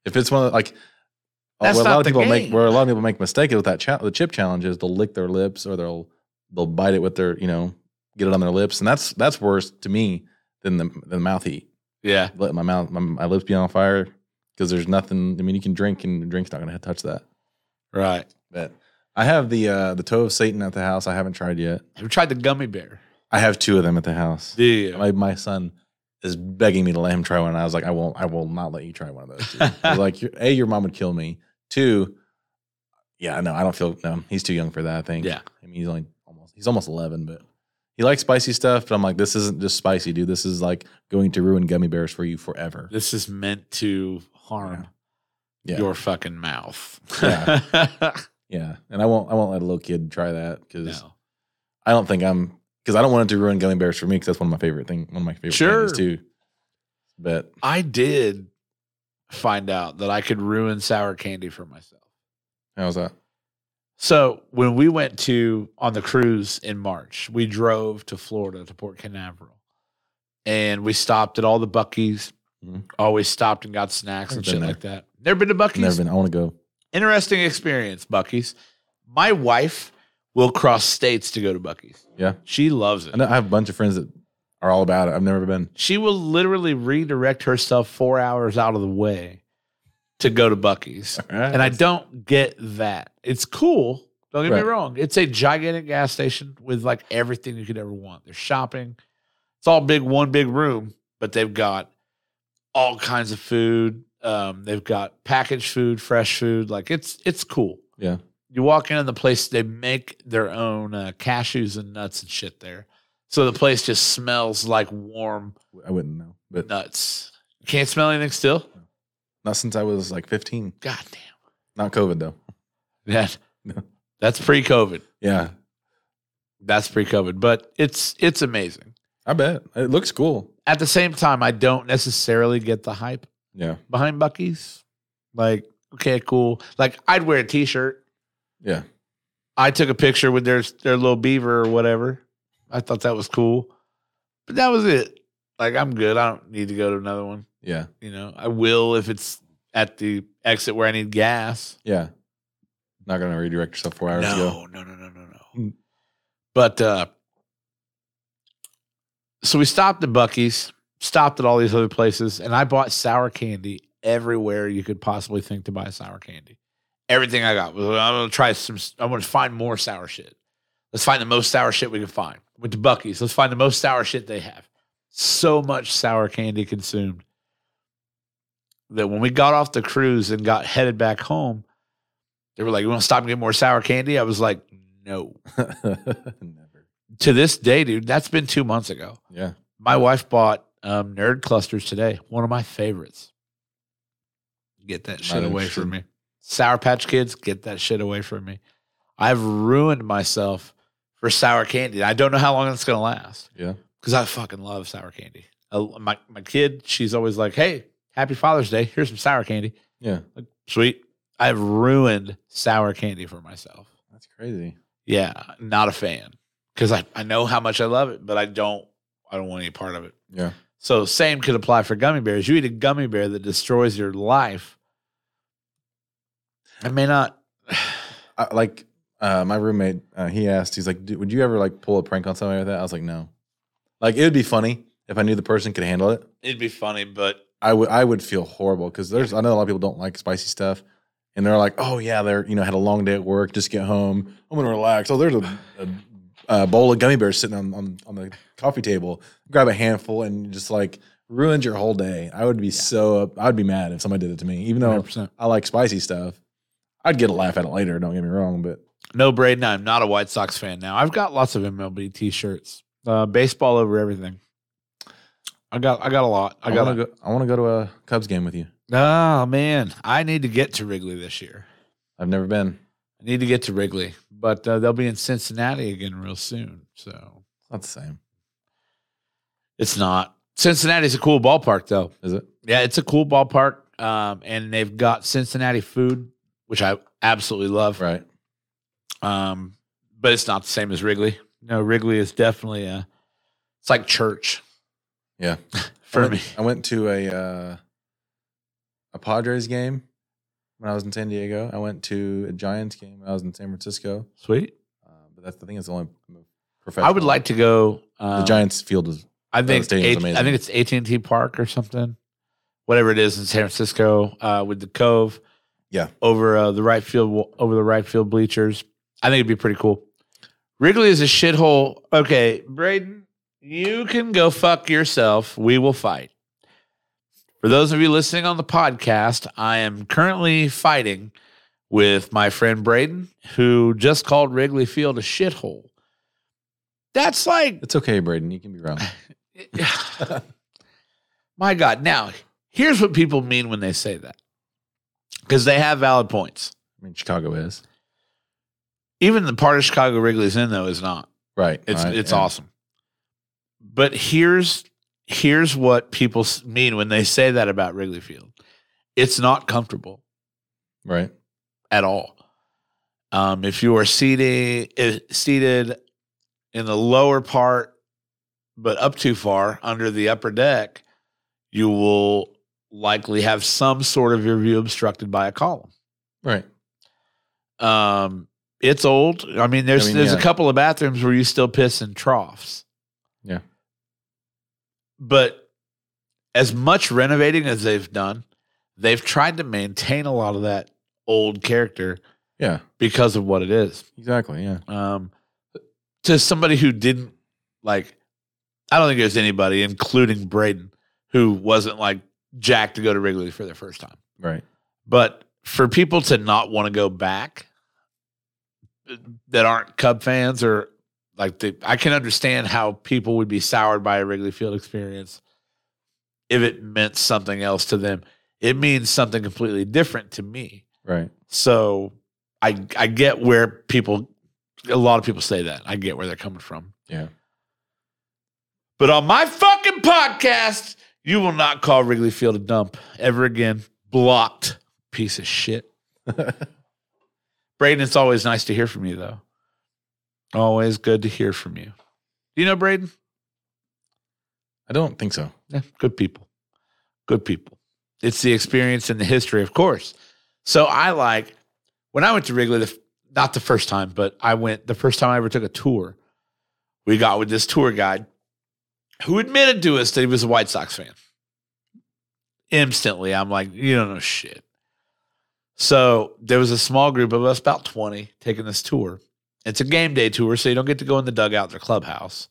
Speaker 2: If it's one of like uh,
Speaker 1: That's
Speaker 2: where a
Speaker 1: not
Speaker 2: lot of
Speaker 1: the
Speaker 2: people make
Speaker 1: game.
Speaker 2: where a lot of people make mistakes with that cha- the chip challenge is they'll lick their lips or they'll they'll bite it with their you know get it on their lips and that's that's worse to me than the, than the mouth eat
Speaker 1: Yeah.
Speaker 2: let my mouth my, my lips be on fire because there's nothing I mean you can drink and the drink's not gonna touch that
Speaker 1: Right.
Speaker 2: but I have the uh, the toe of Satan at the house I haven't tried yet
Speaker 1: Have you tried the gummy bear?
Speaker 2: I have two of them at the house
Speaker 1: Yeah.
Speaker 2: my my son is begging me to let him try one. And I was like, I won't, I will not let you try one of those. dude. I was like, "Your- a, your mom would kill me. Two, yeah, no, I don't feel no. He's too young for that. I think.
Speaker 1: Yeah.
Speaker 2: I mean, he's only almost, he's almost eleven, but He likes spicy stuff, but I'm like, this isn't just spicy, dude. This is like going to ruin gummy bears for you forever.
Speaker 1: This is meant to harm
Speaker 2: Yeah.
Speaker 1: your fucking mouth.
Speaker 2: Yeah. Yeah, and I won't. I won't let a little kid try that because
Speaker 1: no.
Speaker 2: I don't think I'm because I don't want it to ruin gummy bears for me because that's one of my favorite thing. One of my favorite
Speaker 1: Sure.
Speaker 2: things too. But
Speaker 1: I did find out that I could ruin sour candy for myself.
Speaker 2: how's that? uh,
Speaker 1: So when we went to on the cruise in March, we drove to Florida to Port Canaveral, and we stopped at all the Buckies.
Speaker 2: Mhm.
Speaker 1: Always stopped and got snacks
Speaker 2: I've
Speaker 1: and
Speaker 2: been
Speaker 1: shit
Speaker 2: there.
Speaker 1: like that. Never been to Buckies.
Speaker 2: Never been. I want to go.
Speaker 1: Interesting experience, Buckies. My wife will cross states to go to Buckies.
Speaker 2: Yeah.
Speaker 1: she loves it.
Speaker 2: I know I have a bunch of friends that are all about it. I've never been.
Speaker 1: She will literally redirect herself four hours out of the way to go to Bucky's. And I don't get that. It's cool. Don't get me
Speaker 2: Right.
Speaker 1: wrong. It's a gigantic gas station with like everything you could ever want. There's shopping. It's all big, one big room, but they've got all kinds of food. Um, they've got packaged food, fresh food. Like it's it's cool.
Speaker 2: Yeah.
Speaker 1: You walk in and the place they make their own uh, cashews and nuts and shit there. So the place just smells like warm
Speaker 2: I wouldn't know. But
Speaker 1: nuts. Can't smell anything still?
Speaker 2: not since I was like 15.
Speaker 1: God damn.
Speaker 2: Not COVID though.
Speaker 1: That,
Speaker 2: No.
Speaker 1: that's pre COVID.
Speaker 2: Yeah,
Speaker 1: That's pre COVID. But it's it's amazing.
Speaker 2: I bet it looks cool.
Speaker 1: At the same time, I don't necessarily get the hype
Speaker 2: Yeah,
Speaker 1: behind Bucky's. Like, okay, cool. Like I'd wear a t shirt.
Speaker 2: yeah.
Speaker 1: I took a picture with their their little beaver or whatever. I thought that was cool. But that was it. Like I'm good. I don't need to go to another one.
Speaker 2: Yeah,
Speaker 1: You know, I will if it's at the exit where I need gas.
Speaker 2: yeah. Not gonna redirect yourself four hours ago.
Speaker 1: No, no, no, no, no, no.
Speaker 2: Mm.
Speaker 1: But uh, so we stopped at Bucky's, stopped at all these other places, and I bought sour candy everywhere you could possibly think to buy sour candy. Everything I got was I'm gonna try some. I'm gonna find more sour shit. Let's find the most sour shit we can find. Went to Bucky's. Let's find the most sour shit they have. So much sour candy consumed that when we got off the cruise and got headed back home, they were like, "You want to stop and get more sour candy?" I was like, "No."
Speaker 2: Never.
Speaker 1: To this day, dude, that's been two months ago.
Speaker 2: Yeah,
Speaker 1: My wife bought um, Nerd Clusters today, one of my favorites. Get that shit away
Speaker 2: interested.
Speaker 1: from me, Sour Patch Kids. Get that shit away from me. I've ruined myself for sour candy. I don't know how long it's gonna last
Speaker 2: yeah.
Speaker 1: because I fucking love sour candy. I, my my kid, she's always like, "Hey, Happy Father's Day. Here's some sour candy."
Speaker 2: Yeah,
Speaker 1: Sweet. I've ruined sour candy for myself.
Speaker 2: that's crazy.
Speaker 1: Yeah, not a fan because I, I know how much I love it, but I don't I don't want any part of it.
Speaker 2: Yeah,
Speaker 1: So same could apply for gummy bears. You eat a gummy bear that destroys your life. I may not.
Speaker 2: I, like uh, my roommate, uh, he asked, he's like, "Dude, "Would you ever like pull a prank on somebody like that?" I was like, "No." Like it would be funny if I knew the person could handle it.
Speaker 1: It'd be funny, but
Speaker 2: I would I would feel horrible because there's I know a lot of people don't like spicy stuff, and they're like, oh yeah, they're you know had a long day at work, just get home, I'm gonna relax. Oh, there's a, a, a bowl of gummy bears sitting on, on on the coffee table. Grab a handful and just like ruined your whole day. I would be so up, I'd be mad if somebody did it to me, even though
Speaker 1: 100%.
Speaker 2: I like spicy stuff. I'd get a laugh at it later. Don't get me wrong, but
Speaker 1: No, Braden, I'm not a White Sox fan now. I've got lots of MLB T-shirts, uh, baseball over everything. I got, I got a lot. I
Speaker 2: I,
Speaker 1: got.
Speaker 2: gotta go. I want to go to a Cubs game with you.
Speaker 1: Oh man, I need to get to Wrigley this year.
Speaker 2: I've never been.
Speaker 1: I need to get to Wrigley, but uh, they'll be in Cincinnati again real soon. So
Speaker 2: It's not the same,
Speaker 1: it's not. Cincinnati's a cool ballpark, though.
Speaker 2: is it?
Speaker 1: Yeah, it's a cool ballpark, um, and they've got Cincinnati food, which I absolutely love.
Speaker 2: Right.
Speaker 1: Um, but it's not the same as Wrigley. No, Wrigley is definitely a. It's like church.
Speaker 2: Yeah. I
Speaker 1: for
Speaker 2: went-
Speaker 1: me.
Speaker 2: I went to a uh, a Padres game when I was in San Diego. I went to a Giants game when I was in San Francisco.
Speaker 1: Sweet.
Speaker 2: Uh, but that's the thing; it's the only professional.
Speaker 1: I would like to go. Um,
Speaker 2: the Giants field is
Speaker 1: I
Speaker 2: the
Speaker 1: think
Speaker 2: stadium's
Speaker 1: eight- I
Speaker 2: amazing.
Speaker 1: think it's AT and T Park or something, whatever it is in San Francisco uh, with the Cove.
Speaker 2: Yeah.
Speaker 1: over uh, the right field wa- over the right field bleachers. I think it'd be pretty cool. Wrigley is a shithole. Okay, Braden, you can go fuck yourself. We will fight. For those of you listening on the podcast, I am currently fighting with my friend Braden, who just called Wrigley Field a shithole. That's like
Speaker 2: It's okay, Braden. You can be wrong.
Speaker 1: My God. Now, here's what people mean when they say that because they have valid points.
Speaker 2: I mean, Chicago is
Speaker 1: Even the part of Chicago Wrigley's in, though, is not.
Speaker 2: right.
Speaker 1: It's,
Speaker 2: Right,
Speaker 1: it's
Speaker 2: yeah.
Speaker 1: awesome. But here's, here's what people s- mean when they say that about Wrigley Field it's not comfortable
Speaker 2: Right.
Speaker 1: at all. Um, if you are seated, eh, seated in the lower part, but up too far under the upper deck, you will likely have some sort of your view obstructed by a column.
Speaker 2: Right.
Speaker 1: Um, it's old. I mean, there's
Speaker 2: I mean,
Speaker 1: there's
Speaker 2: yeah.
Speaker 1: a couple of bathrooms where you still piss in troughs.
Speaker 2: Yeah.
Speaker 1: But as much renovating as they've done, they've tried to maintain a lot of that old character
Speaker 2: Yeah.
Speaker 1: because of what it is.
Speaker 2: Exactly. Yeah.
Speaker 1: Um, to somebody who didn't like, I don't think there's anybody, including Braden, who wasn't like jacked to go to Wrigley for their first time.
Speaker 2: Right.
Speaker 1: But for people to not want to go back that aren't Cub fans or like the, I can understand how people would be soured by a Wrigley Field experience if it meant something else to them. It means something completely different to me.
Speaker 2: Right.
Speaker 1: So I I get where people a lot of people say that. I get where they're coming from.
Speaker 2: Yeah.
Speaker 1: But on my fucking podcast, you will not call Wrigley Field a dump ever again. Blocked piece of shit. Braden, it's always nice to hear from you though. Always good to hear from you. Do you know Braden?
Speaker 2: I don't think so.
Speaker 1: Yeah, good people. Good people. It's the experience and the history, of course. So I like when I went to Wrigley, the, f- not the first time, but I went the first time I ever took a tour. We got with this tour guide who admitted to us that he was a White Sox fan. Instantly, I'm like, you don't know shit. So there was a small group of us, about 20, taking this tour. It's a game day tour, so you don't get to go in the dugout, the clubhouse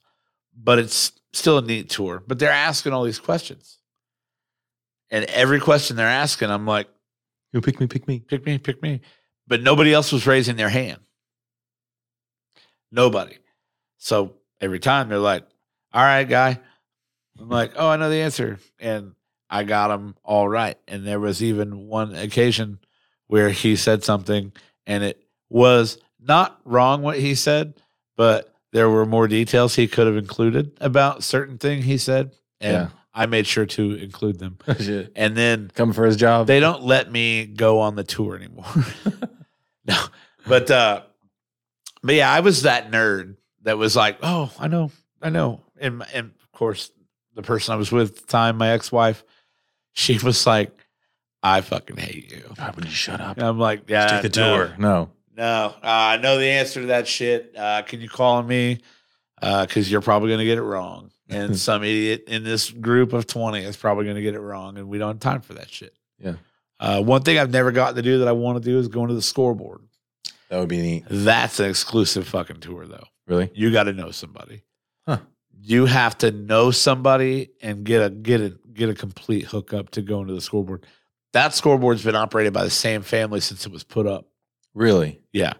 Speaker 1: but it's still a neat tour. But they're asking all these questions. And every question they're asking, I'm like,
Speaker 2: You pick me, pick me.
Speaker 1: pick me, pick me. But nobody else was raising their hand. Nobody. So every time they're like, all right, guy. I'm like, oh, I know the answer. And I got him all right. And there was even one occasion where he said something and it was not wrong what he said, but there were more details he could have included about certain thing he said. And
Speaker 2: Yeah.
Speaker 1: I made sure to include them.
Speaker 2: Shit.
Speaker 1: And then
Speaker 2: Coming for his job.
Speaker 1: Oh, they don't let me go on the tour anymore. no, but uh, but yeah, I was that nerd that was like, oh, I know, I know, and and of course the person I was with at the time, my ex wife, she was like, I fucking hate you.
Speaker 2: God, would you shut up?
Speaker 1: And I'm like, yeah,
Speaker 2: Take the
Speaker 1: Ah, no,
Speaker 2: tour. No.
Speaker 1: No, uh, I know the answer to that shit. Uh, can you call on me? Because you're probably gonna get it wrong, and some idiot in this group of twenty is probably gonna get it wrong, and we don't have time for that shit.
Speaker 2: Yeah.
Speaker 1: Uh, one thing I've never gotten to do that I want to do is go into the scoreboard.
Speaker 2: That would be neat.
Speaker 1: That's an exclusive fucking tour, though.
Speaker 2: Really?
Speaker 1: You got to know somebody.
Speaker 2: Huh.
Speaker 1: You have to know somebody and get a get a get a complete hookup to go into the scoreboard. That scoreboard's been operated by the same family since it was put up.
Speaker 2: Really?
Speaker 1: Yeah,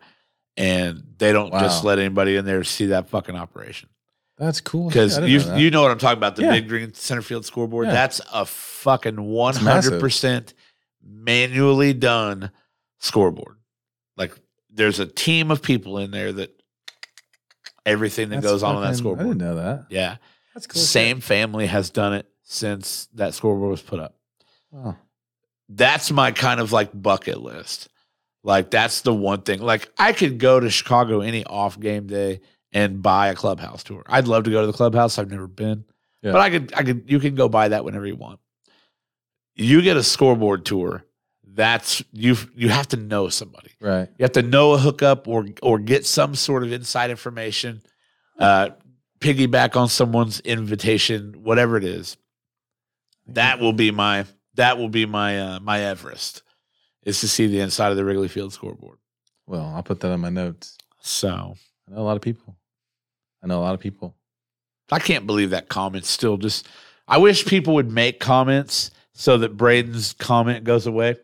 Speaker 1: and they don't just
Speaker 2: Wow.
Speaker 1: let anybody in there see that fucking operation
Speaker 2: That's cool.
Speaker 1: because
Speaker 2: I didn't
Speaker 1: you
Speaker 2: know that.
Speaker 1: you know what I'm talking about. The
Speaker 2: Yeah.
Speaker 1: big green center field scoreboard.
Speaker 2: Yeah.
Speaker 1: That's a fucking one
Speaker 2: massive.
Speaker 1: hundred percent manually done scoreboard. Like there's a team of people in there that everything that
Speaker 2: That's
Speaker 1: goes on on that
Speaker 2: fucking- I
Speaker 1: scoreboard.
Speaker 2: didn't know that.
Speaker 1: Yeah,
Speaker 2: That's cool.
Speaker 1: same family has done it since that scoreboard was put up.
Speaker 2: Wow.
Speaker 1: That's my kind of like bucket list. Like that's the one thing. Like I could go to Chicago any off game day and buy a clubhouse tour. I'd love to go to the clubhouse. I've never been.
Speaker 2: Yeah.
Speaker 1: But I could I could you can go buy that whenever you want. You get a scoreboard tour. That's you you have to know somebody.
Speaker 2: Right.
Speaker 1: You have to know a hookup or or get some sort of inside information, uh, piggyback on someone's invitation, whatever it is. That will be my that will be my uh, my Everest is to see the inside of the Wrigley Field scoreboard.
Speaker 2: Well, I'll put that on my notes.
Speaker 1: So
Speaker 2: I know a lot of people. I know a lot of people.
Speaker 1: I can't believe that comment still just. I wish people would make comments so that Braden's comment goes away.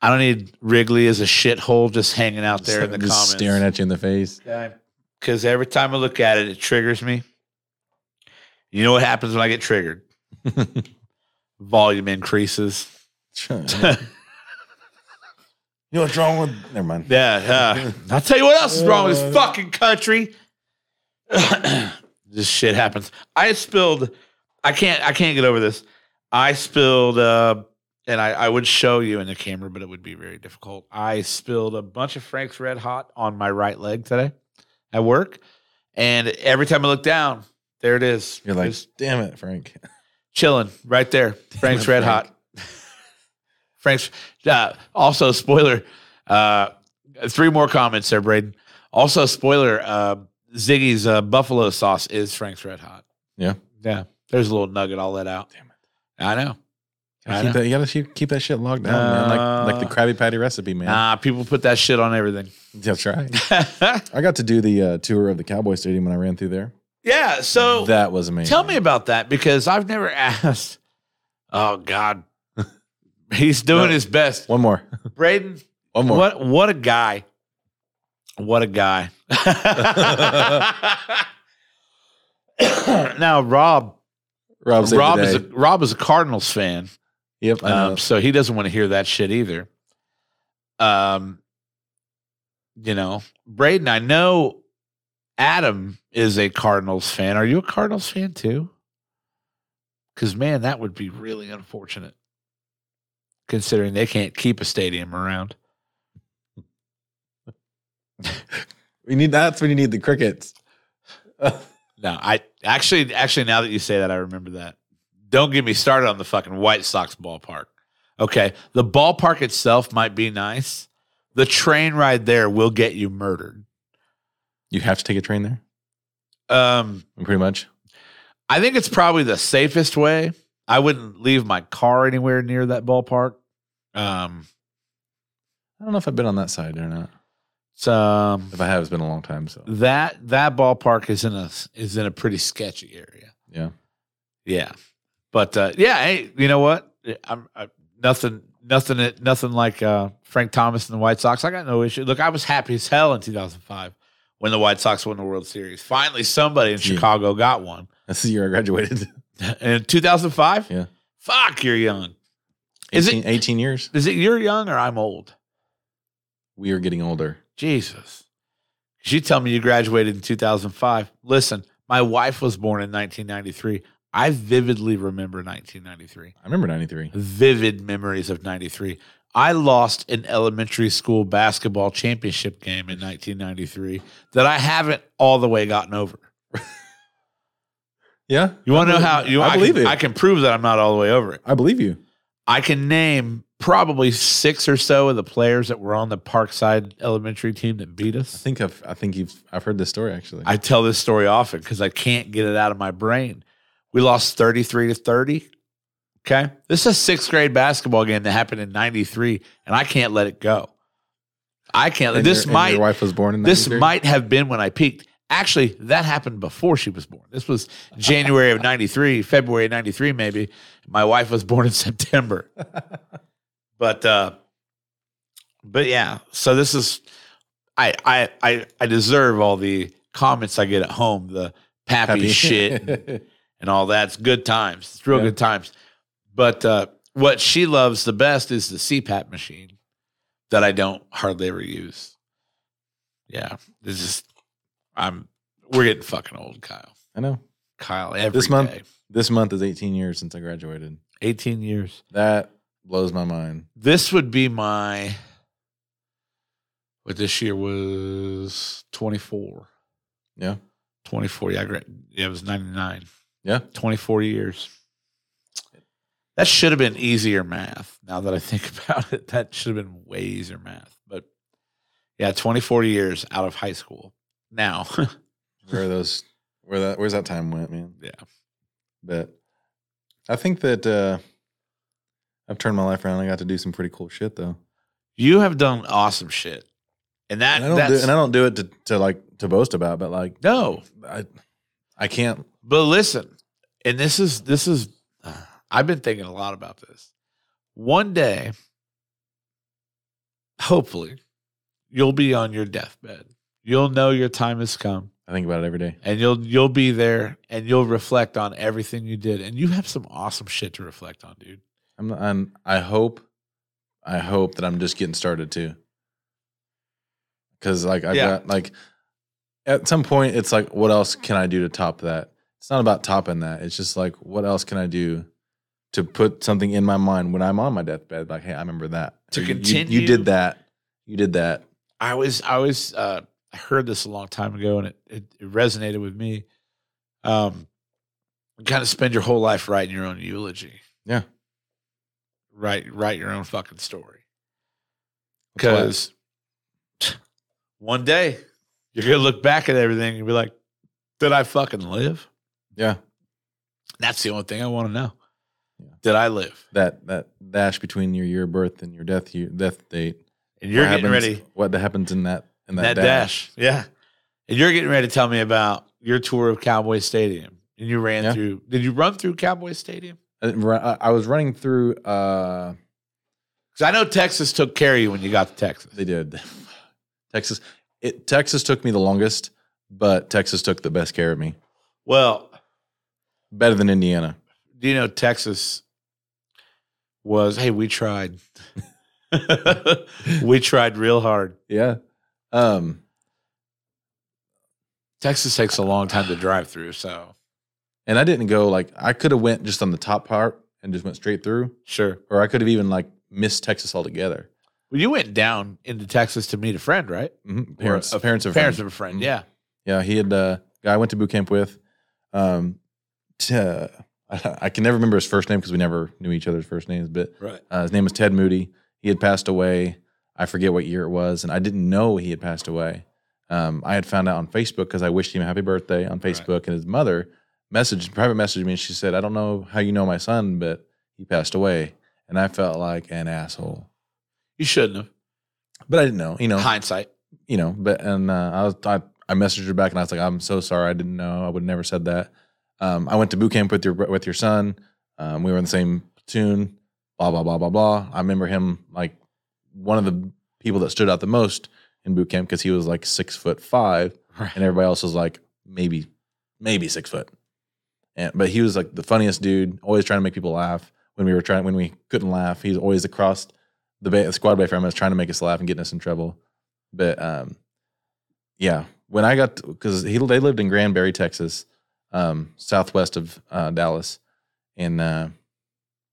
Speaker 1: I don't need Wrigley as a shithole just hanging out there in the
Speaker 2: Just
Speaker 1: comments.
Speaker 2: staring at you in the face.
Speaker 1: Okay. because every time I look at it, it triggers me. You know what happens when I get triggered? Volume increases.
Speaker 2: you know what's wrong with? Never mind.
Speaker 1: Yeah, uh, I'll tell you what else is wrong with
Speaker 2: Uh.
Speaker 1: this fucking country. this shit happens. I spilled. I can't. I can't get over this. I spilled, uh, and I, I would show you in the camera, but it would be very difficult. I spilled a bunch of Frank's Red Hot on my right leg today at work, and every time I look down, there it is.
Speaker 2: You're like,
Speaker 1: Just
Speaker 2: damn it, Frank.
Speaker 1: chilling right there. Frank's
Speaker 2: it,
Speaker 1: Red
Speaker 2: Frank.
Speaker 1: Hot. Frank's. Uh, also, spoiler. Uh, three more comments there, Braden. Also, spoiler. Uh, Ziggy's uh, buffalo sauce is Frank's Red Hot.
Speaker 2: Yeah.
Speaker 1: yeah. There's a little nugget I'll let out.
Speaker 2: Damn
Speaker 1: it! I know. I know.
Speaker 2: Keep that, you gotta keep, keep that shit locked down, man. Like like the Krabby Patty recipe, man.
Speaker 1: Uh, Nah, people put that shit on everything.
Speaker 2: That's right. I got to do the uh, tour of the Cowboy Stadium when I ran through there.
Speaker 1: yeah. So
Speaker 2: that was amazing.
Speaker 1: Oh, tell me about that because I've never asked. Oh God, he's doing
Speaker 2: No.
Speaker 1: his best,
Speaker 2: one more,
Speaker 1: Braden.
Speaker 2: one more.
Speaker 1: What what a guy. What a guy. now Rob
Speaker 2: Rob, saved
Speaker 1: Rob
Speaker 2: the
Speaker 1: is a,
Speaker 2: day.
Speaker 1: Rob is a Cardinals fan.
Speaker 2: yep. I know.
Speaker 1: Um, so he doesn't want to hear that shit either. Um you know, Braden, I know Adam is a Cardinals fan. Are you a Cardinals fan too? Cuz man, that would be really unfortunate considering they can't keep a stadium around.
Speaker 2: we need that's when you need the crickets.
Speaker 1: No, I actually, actually, now that you say that, I remember that. Don't get me started on the fucking White Sox ballpark. Okay. The ballpark itself might be nice. The train ride there will get you murdered.
Speaker 2: You have to take a train there,
Speaker 1: Um,
Speaker 2: pretty much.
Speaker 1: I think it's probably the safest way. I wouldn't leave my car anywhere near that ballpark. Um,
Speaker 2: I don't know if I've been on that side or not.
Speaker 1: it's, um,
Speaker 2: If I have, it's been a long time. So
Speaker 1: that that ballpark is in a is in a pretty sketchy area.
Speaker 2: Yeah.
Speaker 1: yeah, but uh, yeah, hey, you know what? I'm I, nothing, nothing, nothing like uh, Frank Thomas and the White Sox. I got no issue. Look, I was happy as hell in 2005 when the White Sox won the World Series. Finally, somebody in
Speaker 2: Yeah.
Speaker 1: Chicago got one.
Speaker 2: that's the year I graduated.
Speaker 1: In 2005,
Speaker 2: Yeah.
Speaker 1: fuck, you're young. Is it-
Speaker 2: 18, 18 years?
Speaker 1: Is it you're young or I'm old?
Speaker 2: We are getting older.
Speaker 1: Jesus. She tell me you graduated in 2005. Listen, my wife was born in 1993. I vividly remember 1993.
Speaker 2: I remember '93.
Speaker 1: Vivid memories of 93. I lost an elementary school basketball championship game in 1993 that I haven't all the way gotten over.
Speaker 2: Yeah,
Speaker 1: You want to know
Speaker 2: believe-
Speaker 1: how you
Speaker 2: I believe
Speaker 1: can,
Speaker 2: it.
Speaker 1: I can prove that I'm not all the way over it.
Speaker 2: I believe you.
Speaker 1: I can name probably six or so of the players that were on the Parkside Elementary team that beat us.
Speaker 2: I think I've I think you've I've heard this story actually.
Speaker 1: I tell this story often because I can't get it out of my brain. We lost 33 to 30. Okay. This is a sixth grade basketball game that happened in 93, and I can't let it go. I can't.
Speaker 2: And
Speaker 1: this
Speaker 2: your, and
Speaker 1: might
Speaker 2: your wife was born in
Speaker 1: this
Speaker 2: 93?
Speaker 1: might have been when I peaked. Actually, that happened before she was born. This was January of 93, February of 93, maybe. My wife was born in September. but uh but yeah, so this is I I I, I deserve all the comments I get at home, the pappy,
Speaker 2: Happy.
Speaker 1: shit and all that's good times. It's real
Speaker 2: Yeah.
Speaker 1: good times. But uh what she loves the best is the CPAP machine that I don't hardly ever use. Yeah, this is I'm we're getting fucking old, Kyle.
Speaker 2: I know.
Speaker 1: Kyle, every
Speaker 2: This month-
Speaker 1: day.
Speaker 2: This month is 18 years since I graduated.
Speaker 1: 18 years.
Speaker 2: That blows my mind.
Speaker 1: This would be my what this year was 24.
Speaker 2: Yeah.
Speaker 1: 24. Yeah, I gra- yeah, it was 99.
Speaker 2: Yeah.
Speaker 1: 24 years. That should have been easier math. Now that I think about it, that should have been way easier math. But yeah, 24 years out of high school. Now,
Speaker 2: Where are those where that where's that time went, man?
Speaker 1: Yeah.
Speaker 2: But I think that uh I've turned my life around. I got to do some pretty cool shit though.
Speaker 1: you have done awesome shit. And that,
Speaker 2: And I don't do,
Speaker 1: that's,
Speaker 2: and I don't do it to, to like to boast about, but like
Speaker 1: no,
Speaker 2: I I can't
Speaker 1: but listen, and this is, this is, uh, I've been thinking a lot about this. One day, hopefully, you'll be on your deathbed. You'll know your time has come.
Speaker 2: I think about it every day.
Speaker 1: and you'll you'll be there and you'll reflect on everything you did and you have some awesome shit to reflect on dude
Speaker 2: I'm, not- I'm I hope I hope that I'm just getting started too. Cuz like I've
Speaker 1: Yeah.
Speaker 2: got like at some point it's like what else can I do to top that? It's not about topping that. It's just like what else can I do to put something in my mind when I'm on my deathbed like hey, I remember that.
Speaker 1: To
Speaker 2: Or you- you- You,
Speaker 1: continue-
Speaker 2: did that. You did that.
Speaker 1: i was i was uh i heard this a long time ago and it it, it resonated with me um you kind of spend your whole life writing your own eulogy
Speaker 2: Yeah.
Speaker 1: write write your own fucking story
Speaker 2: That's why-
Speaker 1: because one day you're gonna look back at everything and be like did i fucking live
Speaker 2: yeah,
Speaker 1: that's the only thing i want to know
Speaker 2: Yeah.
Speaker 1: did i live
Speaker 2: that that dash between your year of birth and your death year, death date.
Speaker 1: and you're
Speaker 2: what
Speaker 1: getting
Speaker 2: happens-
Speaker 1: ready
Speaker 2: What happens in that in
Speaker 1: that,
Speaker 2: that,
Speaker 1: dash. Yeah. And you're getting ready to tell me about your tour of Cowboy Stadium. And you ran
Speaker 2: Yeah.
Speaker 1: through did you run through Cowboy Stadium?
Speaker 2: I didn't run- Uh, I, I was running through. uh
Speaker 1: Because I know Texas took care of you when you got to Texas.
Speaker 2: They did. Texas. It Texas took me the longest, but Texas took the best care of me.
Speaker 1: Well,
Speaker 2: Better than Indiana.
Speaker 1: do you know Texas was hey, we tried. we tried real hard.
Speaker 2: Yeah. Um.
Speaker 1: Texas takes a long time to drive through, so
Speaker 2: And I didn't go like I could have went just on the top part and just went straight through,
Speaker 1: sure.
Speaker 2: or I could have even like missed Texas altogether.
Speaker 1: Well, you went down into Texas to meet a friend, right?
Speaker 2: Mhm.
Speaker 1: Or
Speaker 2: Parents,
Speaker 1: a-
Speaker 2: parents, are
Speaker 1: Parents
Speaker 2: friends.
Speaker 1: of a friend,
Speaker 2: Mhm.
Speaker 1: yeah.
Speaker 2: Yeah, he had uh, guy I went to boot camp with. Um, t- uh, I can never remember his first name because we never knew each other's first names, but
Speaker 1: Right.
Speaker 2: Uh, his name was Ted Moody. He had passed away. I forget what year it was, and I didn't know he had passed away. Um, I had found out on Facebook because I wished him a happy birthday on
Speaker 1: Right.
Speaker 2: Facebook, and his mother messaged, private messaged me, and she said, "I don't know how you know my son, but he passed away," and I felt like an asshole.
Speaker 1: You shouldn't have.
Speaker 2: But I didn't know, you know,
Speaker 1: Hindsight.
Speaker 2: you know. But and uh, I was, I, I messaged her back, and I was like, "I'm so sorry, I didn't know. I would have never said that." Um, I went to boot camp with your with your son. Um, we were in the same platoon. Blah blah blah blah blah. I remember him like one of the people that stood out the most in boot camp because he was like six foot five,
Speaker 1: Right.
Speaker 2: and everybody else was like maybe maybe six foot. And but he was like the funniest dude, always trying to make people laugh. When we were trying, when we couldn't laugh, he's always across the, bay, the squad bay from us, trying to make us laugh and getting us in trouble. But um, yeah, when I got because he they lived in Granbury, Texas, um, southwest of uh, Dallas, and uh,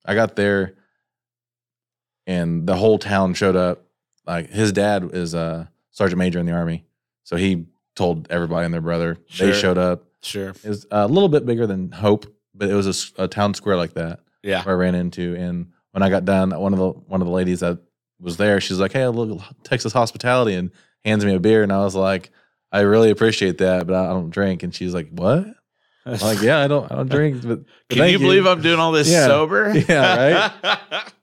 Speaker 2: I got there, and the whole town showed up. Like his dad is a sergeant major in the army, so he told everybody and their brother.
Speaker 1: Sure.
Speaker 2: They showed up.
Speaker 1: Sure.
Speaker 2: It was a little bit bigger than Hope, but it was a s- a, town square like that
Speaker 1: Yeah.
Speaker 2: where I ran into. And when I got done, one of the one of the ladies that was there, she's like, "Hey, a little Texas hospitality," and hands me a beer. And I was like, "I really appreciate that, but I don't drink." And she's like, "What?" I'm like, "Yeah, I don't, I don't drink." But but
Speaker 1: Can
Speaker 2: thank
Speaker 1: you believe I'm doing all this
Speaker 2: Yeah.
Speaker 1: sober?
Speaker 2: Yeah,
Speaker 1: right.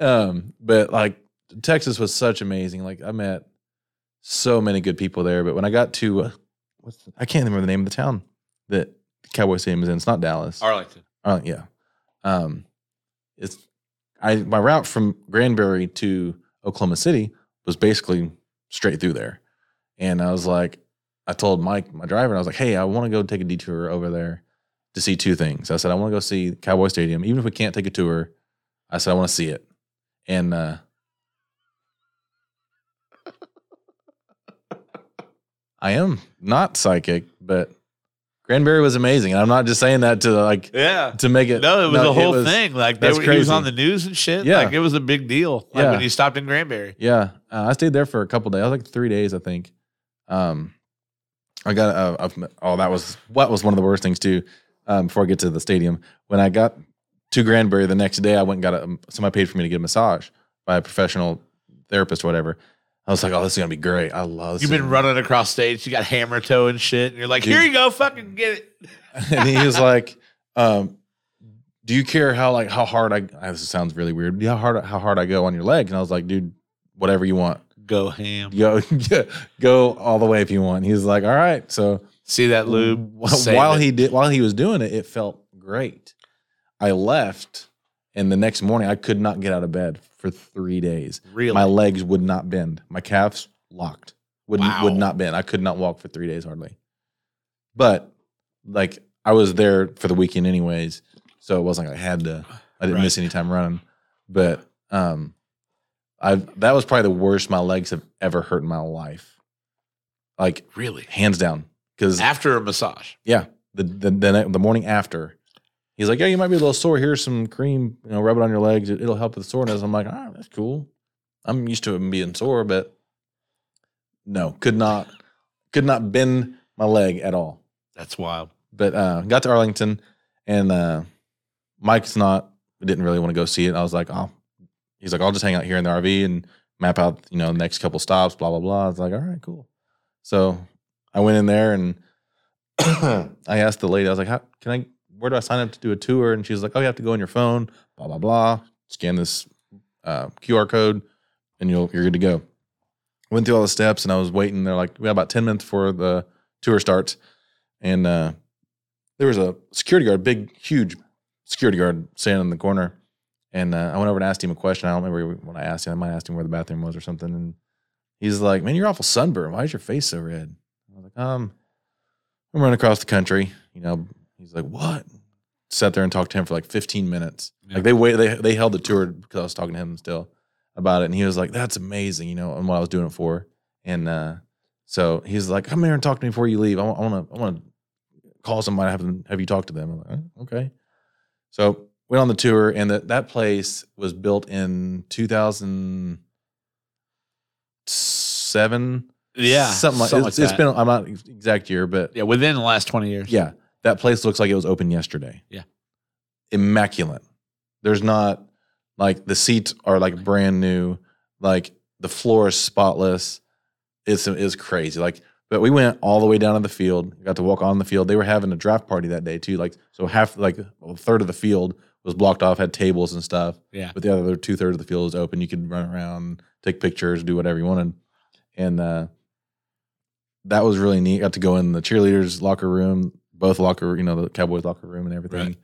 Speaker 2: Um, but like Texas was such amazing. Like I met so many good people there. But when I got to, uh, what's the, I can't remember the name of the town that Cowboy Stadium is in. It's not Dallas.
Speaker 1: Arlington.
Speaker 2: Uh, yeah. Um, it's I my route from Granbury to Oklahoma City was basically straight through there, and I was like, I told Mike, my driver, I was like, hey, I want to go take a detour over there to see two things. I said, I want to go see Cowboy Stadium, even if we can't take a tour. I said, I want to see it, and uh, I am not psychic, but Granbury was amazing, and I'm not just saying that to like
Speaker 1: Yeah.
Speaker 2: to make it.
Speaker 1: No, it was a whole thing. Like they
Speaker 2: that's
Speaker 1: were, he was
Speaker 2: crazy.
Speaker 1: on the news and shit.
Speaker 2: Yeah.
Speaker 1: Like it was a big deal. Like
Speaker 2: Yeah.
Speaker 1: when he stopped in Granbury.
Speaker 2: Yeah, uh, I stayed there for a couple days. I was like three days, I think. Um, I got uh, uh, oh, that was what was one of the worst things too. Um, before I get to the stadium, when I got to Granbury the next day, I went and got a um, somebody paid for me to get a massage by a professional therapist or whatever. I was like, oh, this is gonna be great. I love. This
Speaker 1: You've
Speaker 2: is
Speaker 1: been
Speaker 2: gonna
Speaker 1: running across stage. You got hammer toe and shit. And you're like,
Speaker 2: Dude.
Speaker 1: here you go, fucking get it.
Speaker 2: be-" and he was like, um, "Do you care how like how hard I? ah, This sounds really weird. How hard how hard I go on your leg?" And I was like, "Dude, whatever you want."
Speaker 1: Go ham.
Speaker 2: go go all the way if you want. He's like, all right. So
Speaker 1: See that lube?
Speaker 2: wh-
Speaker 1: Save
Speaker 2: while
Speaker 1: it.
Speaker 2: he did while he was doing it, it felt great. I left, and the next morning I could not get out of bed for three days.
Speaker 1: really
Speaker 2: My legs would not bend. My calves locked. Would
Speaker 1: Wow.
Speaker 2: would not bend. I could not walk for three days hardly. But like I was there for the weekend anyways, so it wasn't like I had to. I didn't
Speaker 1: Right.
Speaker 2: miss any time running. But um, I that was probably the worst my legs have ever hurt in my life, like
Speaker 1: Really?
Speaker 2: hands down. Because
Speaker 1: After a massage.
Speaker 2: the the, the night- the morning after, he's like, "Yeah, you might be a little sore. Here's some cream. You know, rub it on your legs. It, will help with the soreness." I'm like, "Ah, that's cool. I'm used to it being sore, but no, could not, could not bend my leg at all."
Speaker 1: That's wild.
Speaker 2: But uh, got to Arlington, and uh, Mike's not didn't really want to go see it. I was like, "Oh," he's like, "I'll just hang out here in the RV and map out, you know, the next couple stops, blah blah blah." I was like, "All right, cool." So I went in there and I asked the lady, I was like, How can I where do I sign up to do a tour? And she was like, Oh, you have to go on your phone, blah, blah, blah. Scan this uh, QR code and you'll you're good to go. Went through all the steps and I was waiting. They're like, We have about 10 minutes before the tour starts. And uh, there was a security guard, big, huge security guard standing in the corner. And uh, I went over and asked him a question. I don't remember what I asked him. I might have asked him where the bathroom was or something. And he's like, Man, you're awful sunburned. Why is your face so red? I was like, Um, I'm running across the country. You know, he's like, what? Sat there and talked to him for like 15 minutes.
Speaker 1: Yeah.
Speaker 2: Like they wait, they they held the tour because I was talking to him still about it, and he was like, that's amazing. You know, and what I was doing it for. And uh, so he's like, come here and talk to me before you leave. I want to, I want to call somebody. Have them, have you talked to them? I'm like, "Oh, okay. So went on the tour, and that that place was built in 2007.
Speaker 1: Yeah.
Speaker 2: something like, it's, it's
Speaker 1: that.
Speaker 2: been. I'm not exact year, but
Speaker 1: yeah, within the last 20 years.
Speaker 2: yeah, that place looks like it was open yesterday.
Speaker 1: Yeah.
Speaker 2: immaculate. There's not like the seats are like brand new. Like the floor is spotless. It's it's crazy. Like, but we went all the way down to the field. Got to walk on the field. They were having a draft party that day too. Like, so half like a third of the field was blocked off, had tables and stuff.
Speaker 1: Yeah.
Speaker 2: But the other two thirds of the field was open. You could run around, take pictures, do whatever you wanted. And uh, that was really neat. Got to go in the cheerleaders' locker room, both locker, you know, the Cowboys' locker room and everything,
Speaker 1: Right.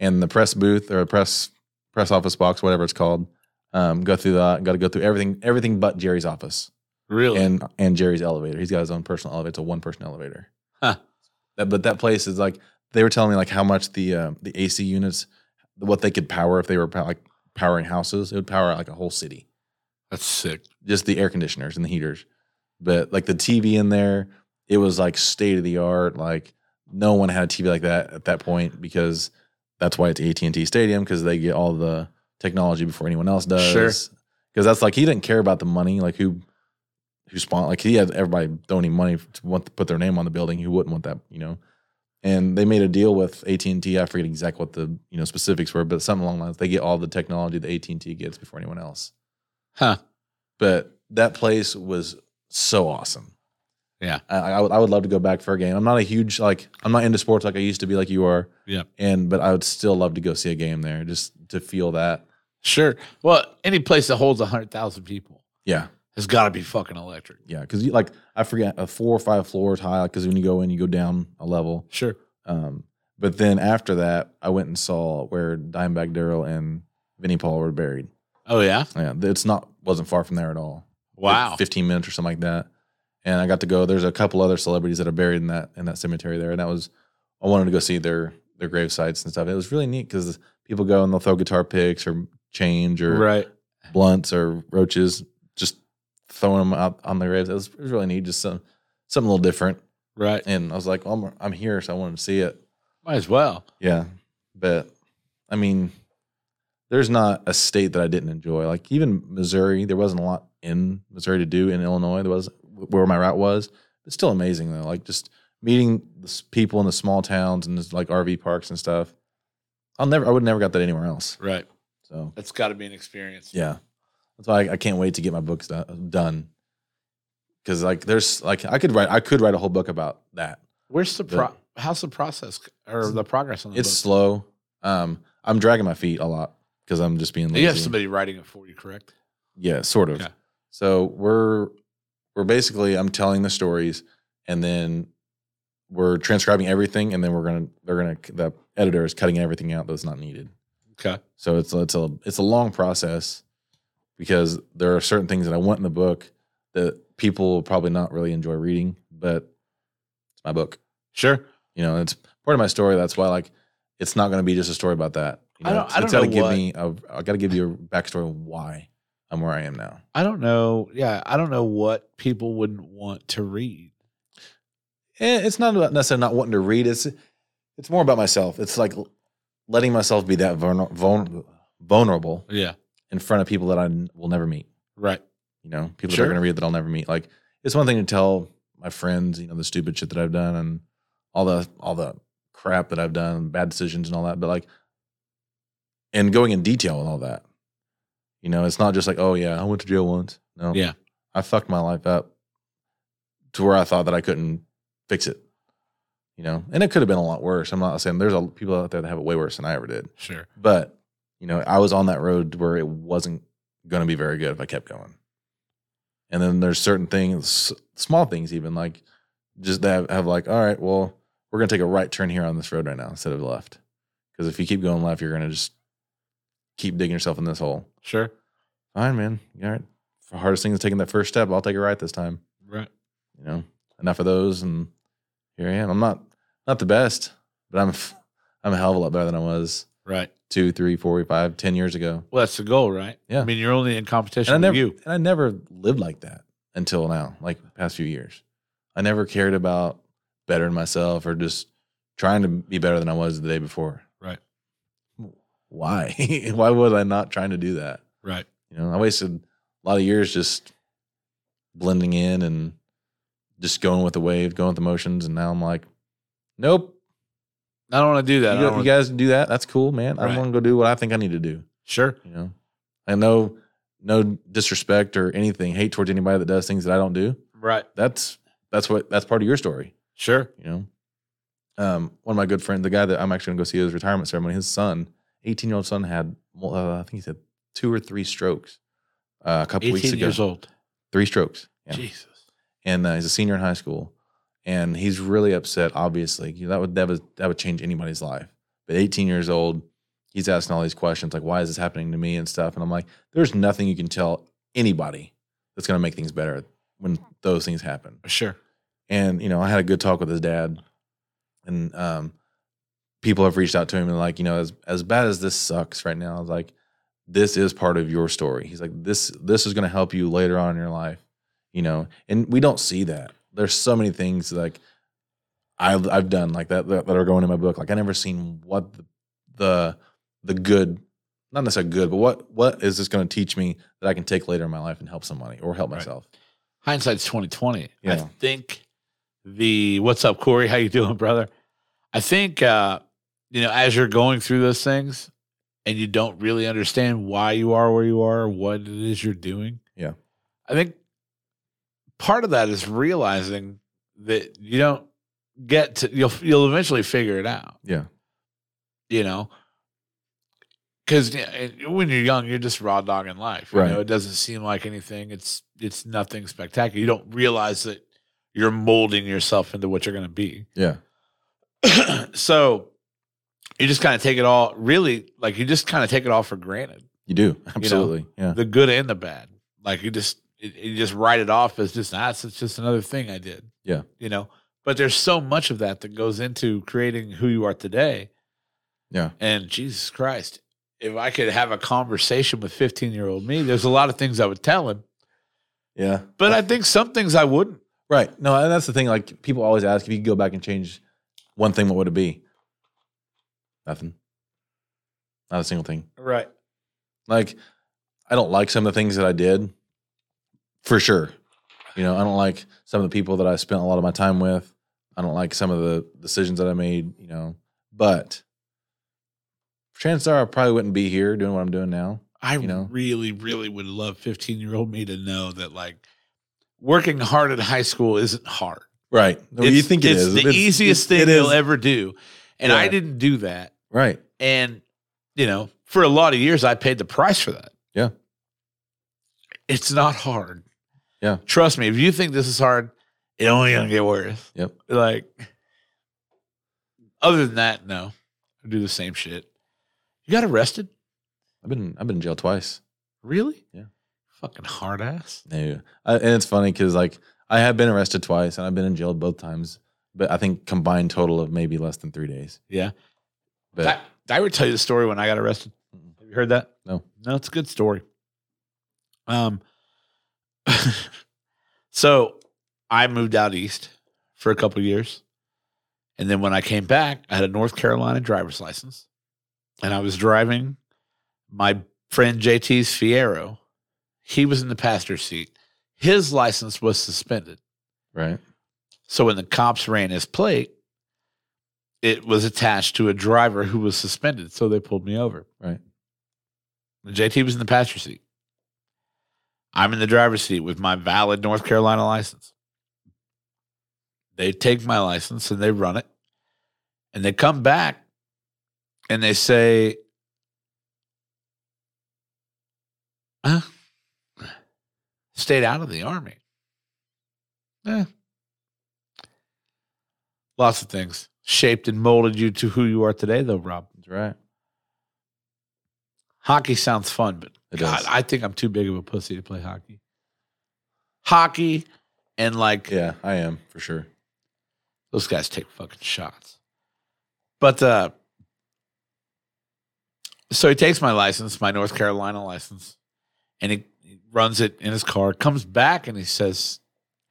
Speaker 2: and the press booth or press press office box, whatever it's called. Um, go through that. Got to go through everything, everything but Jerry's office
Speaker 1: Really?
Speaker 2: and and Jerry's elevator. He's got his own personal elevator. It's a one person elevator.
Speaker 1: Huh.
Speaker 2: That, but that place is like they were telling me like how much the uh, the AC units, what they could power if they were pow- like powering houses, it would power like a whole city.
Speaker 1: That's sick.
Speaker 2: Just the air conditioners and the heaters, but like the TV in there, it was like state of the art. Like no one had a TV like that at that point because that's why it's AT and T Stadium because they get all the technology before anyone else does.
Speaker 1: Sure.
Speaker 2: Because that's like he didn't care about the money. Like who who spawned like he had everybody throwing him money to want to put their name on the building who wouldn't want that you know and they made a deal with AT&T I forget exactly what the you know specifics were but something along the lines they get all the technology that AT&T gets before anyone else
Speaker 1: Huh.
Speaker 2: but that place was so awesome
Speaker 1: Yeah.
Speaker 2: I, I, would, I would love to go back for a game I'm not a huge like I'm not into sports like I used to be like you are
Speaker 1: Yep.
Speaker 2: and but I would still love to go see a game there just to feel that
Speaker 1: Sure. Well, any place that holds 100,000 people
Speaker 2: yeah
Speaker 1: has got to be fucking electric.
Speaker 2: yeah because like I forget a four or five floors high because when you go in you go down a level
Speaker 1: Sure.
Speaker 2: Um, but then after that, I went and saw where Dimebag Daryl and Vinnie Paul were buried.
Speaker 1: Oh, yeah?
Speaker 2: Yeah, it's not wasn't far from there at all.
Speaker 1: Wow.
Speaker 2: Like fifteen minutes or something like that. And I got to go. There's a couple other celebrities that are buried in that in that cemetery there, and that was I wanted to go see their their grave sites and stuff. It was really neat because people go and they'll throw guitar picks or change or
Speaker 1: Right.
Speaker 2: blunts or roaches, just throwing them out on the graves. It was, it was really neat, just some something a little different.
Speaker 1: Right.
Speaker 2: And I was like, well, I'm I'm here, so I wanted to see it.
Speaker 1: Might as well.
Speaker 2: Yeah. But I mean, there's not a state that I didn't enjoy. Like even Missouri, there wasn't a lot in Missouri to do in Illinois. There was where my route was. It's still amazing though. Like just meeting the s- people in the small towns and just like RV parks and stuff. I'll never, I would never got that anywhere else.
Speaker 1: Right.
Speaker 2: So
Speaker 1: That's got to be an experience.
Speaker 2: yeah, that's why I, I can't wait to get my books do- done. Cause like there's like I could write, I could write a whole book about that.
Speaker 1: Where's the pro? How's the process or the progress on the
Speaker 2: It's
Speaker 1: book?
Speaker 2: slow. Um, I'm dragging my feet a lot because I'm just being lazy.
Speaker 1: You have somebody writing it for you, correct?
Speaker 2: Yeah, sort of.
Speaker 1: Okay.
Speaker 2: So we're we're basically I'm telling the stories and then we're transcribing everything and then we're gonna they're gonna the editor is cutting everything out that's not needed.
Speaker 1: Okay.
Speaker 2: So it's it's a it's a long process because there are certain things that I want in the book that people will probably not really enjoy reading, but it's my book.
Speaker 1: Sure.
Speaker 2: You know, it's part of my story. That's why like it's not going to be just a story about that. You
Speaker 1: I don't- I don't
Speaker 2: it's gotta
Speaker 1: know
Speaker 2: give
Speaker 1: what-
Speaker 2: me a, I got to give you a backstory of why I'm where I am now.
Speaker 1: I don't know. Yeah, I don't know what people wouldn't want to read.
Speaker 2: Eh, it's not about necessarily not wanting to read. It's it's more about myself. It's like letting myself be that vulner, vulner, vulnerable
Speaker 1: Yeah.
Speaker 2: in front of people that I n- will never meet.
Speaker 1: Right.
Speaker 2: You know, people
Speaker 1: Sure.
Speaker 2: that are going to read that I'll never meet. Like it's one thing to tell my friends, you know, the stupid shit that I've done and all the all the crap that I've done, bad decisions and all that. But like, and going in detail and all that. You know, it's not just like, oh yeah, I went to jail once. No,
Speaker 1: Yeah.
Speaker 2: I fucked my life up to where I thought that I couldn't fix it. You know, and it could have been a lot worse. I'm not saying there's a, people out there that have it way worse than I ever did,
Speaker 1: Sure.
Speaker 2: but you know, I was on that road where it wasn't going to be very good if I kept going. And then there's certain things, s- small things, even like just that have like, all right, well, we're going to take a right turn here on this road right now instead of left, because if you keep going left, you're going to just keep digging yourself in this hole.
Speaker 1: Sure.
Speaker 2: Fine, man. All right. The hardest thing is taking that first step. I'll take it right this time
Speaker 1: Right.
Speaker 2: you know, enough of those, and here I am. I'm not not the best, but I'm f- I'm a hell of a lot better than I was
Speaker 1: Right.
Speaker 2: two, three, four, five, ten years ago.
Speaker 1: Well, that's the goal, right?
Speaker 2: Yeah.
Speaker 1: I mean, you're only in competition
Speaker 2: And I never
Speaker 1: with you.
Speaker 2: and I never lived like that until now, like the past few years. I never cared about bettering myself or just trying to be better than I was the day before.
Speaker 1: Right.
Speaker 2: Why? Why was I not trying to do that?
Speaker 1: Right.
Speaker 2: You know, I wasted a lot of years just blending in and just going with the wave, going with the motions. And now I'm like, nope.
Speaker 1: I don't want to do that.
Speaker 2: you,
Speaker 1: I
Speaker 2: go-
Speaker 1: don't
Speaker 2: you
Speaker 1: wanna-
Speaker 2: guys do that. That's cool, man.
Speaker 1: Right.
Speaker 2: I'm going to go do what I think I need to do.
Speaker 1: sure.
Speaker 2: You know, I know no disrespect or anything, hate towards anybody that does things that I don't do.
Speaker 1: Right.
Speaker 2: That's that's what that's part of your story.
Speaker 1: Sure.
Speaker 2: You know, um, one of my good friends, the guy that I'm actually going to go see at his retirement ceremony, his son, 18 year old son, had well, uh, I think he said two or three strokes uh, a couple
Speaker 1: 18
Speaker 2: weeks ago
Speaker 1: years old.
Speaker 2: three strokes. Yeah.
Speaker 1: Jesus.
Speaker 2: And uh, he's a senior in high school, and he's really upset. Obviously, You know, that would that would that would change anybody's life. But 18 years old, he's asking all these questions like, "Why is this happening to me?" and stuff. And I'm like, "There's nothing you can tell anybody that's going to make things better when those things happen."
Speaker 1: Sure.
Speaker 2: and you know i had a good talk with his dad and um people have reached out to him and like you know as as bad as this sucks right now I was like this is part of your story he's like this this is going to help you later on in your life you know and we don't see that there's so many things like i've i've done like that that, that are going in my book like i never seen what the the, the good not necessarily good but what what is this going to teach me that i can take later in my life and help somebody or help
Speaker 1: Right.
Speaker 2: myself
Speaker 1: Hindsight's twenty twenty. I
Speaker 2: Yeah.
Speaker 1: think the what's up, Corey? How you doing, brother? I think uh, you know as you're going through those things, and you don't really understand why you are where you are, what it is you're doing.
Speaker 2: Yeah.
Speaker 1: I think part of that is realizing that you don't get to you'll you'll eventually figure it out.
Speaker 2: Yeah.
Speaker 1: You know. Because when you're young, you're just raw dogging life. You
Speaker 2: Right.
Speaker 1: know, it doesn't seem like anything. It's it's nothing spectacular. You don't realize that you're molding yourself into what you're going to be.
Speaker 2: yeah
Speaker 1: so you just kind of take it all. Really, like you just kind of take it all for granted
Speaker 2: you do absolutely yeah
Speaker 1: the good and the bad. Like you just it, you just write it off as just that's it's just another thing I did.
Speaker 2: Yeah.
Speaker 1: You know, but there's so much of that that goes into creating who you are today.
Speaker 2: Yeah.
Speaker 1: And Jesus Christ, if I could have a conversation with 15 year old me, there's a lot of things I would tell him,
Speaker 2: Yeah.
Speaker 1: but I think some things I wouldn't.
Speaker 2: Right. No, and that's the thing. Like people always ask if you could go back and change one thing, what would it be? Nothing. Not a single thing.
Speaker 1: Right.
Speaker 2: Like I don't like some of the things that I did for sure. You know, I don't like some of the people that I spent a lot of my time with. I don't like some of the decisions that I made, you know, but chances are I probably wouldn't be here doing what I'm doing now.
Speaker 1: I
Speaker 2: You know?
Speaker 1: really, really would love 15 year old me to know that like working hard at high school isn't hard.
Speaker 2: Right. Oh, you
Speaker 1: It's-
Speaker 2: think it
Speaker 1: it's
Speaker 2: is.
Speaker 1: the
Speaker 2: It's-
Speaker 1: easiest
Speaker 2: it
Speaker 1: thing you'll
Speaker 2: is.
Speaker 1: ever do. And I
Speaker 2: Yeah.
Speaker 1: didn't do that.
Speaker 2: Right.
Speaker 1: And, you know, for a lot of years, I paid the price for that.
Speaker 2: Yeah.
Speaker 1: It's not hard.
Speaker 2: Yeah.
Speaker 1: Trust me, if you think this is hard, it only gonna get worse.
Speaker 2: Yep.
Speaker 1: Like, other than that, no, I do the same shit. You got arrested?
Speaker 2: I've been I've been in jail twice.
Speaker 1: Really?
Speaker 2: Yeah.
Speaker 1: Fucking hard ass.
Speaker 2: No, I, and it's funny because like I have been arrested twice and I've been in jail both times. but I think combined total of maybe less than three days.
Speaker 1: Yeah.
Speaker 2: But
Speaker 1: That- I would tell you the story when I got arrested.
Speaker 2: Mm.
Speaker 1: Have you heard that?
Speaker 2: No.
Speaker 1: No, it's a good story. Um, so I moved out east for a couple years, and then when I came back, I had a North Carolina driver's license, and I was driving my friend JT's Fiero. He was in the passenger seat. His license was suspended.
Speaker 2: right.
Speaker 1: So when the cops ran his plate, it was attached to a driver who was suspended. So they pulled me over.
Speaker 2: Right.
Speaker 1: JT was in the passenger seat. I'm in the driver's seat with my valid North Carolina license. They take my license and they run it. And they come back and they say, huh? stayed out of the army. Eh. Lots of things shaped and molded you to who you are today, though, Rob.
Speaker 2: That's right.
Speaker 1: Hockey sounds fun, but
Speaker 2: It
Speaker 1: God,
Speaker 2: does.
Speaker 1: I think I'm too big of a pussy to play hockey. Hockey and like
Speaker 2: Yeah, I am for sure.
Speaker 1: those guys take fucking shots. But uh so he takes my license, my North Carolina license, and he, he runs it in his car, comes back and he says,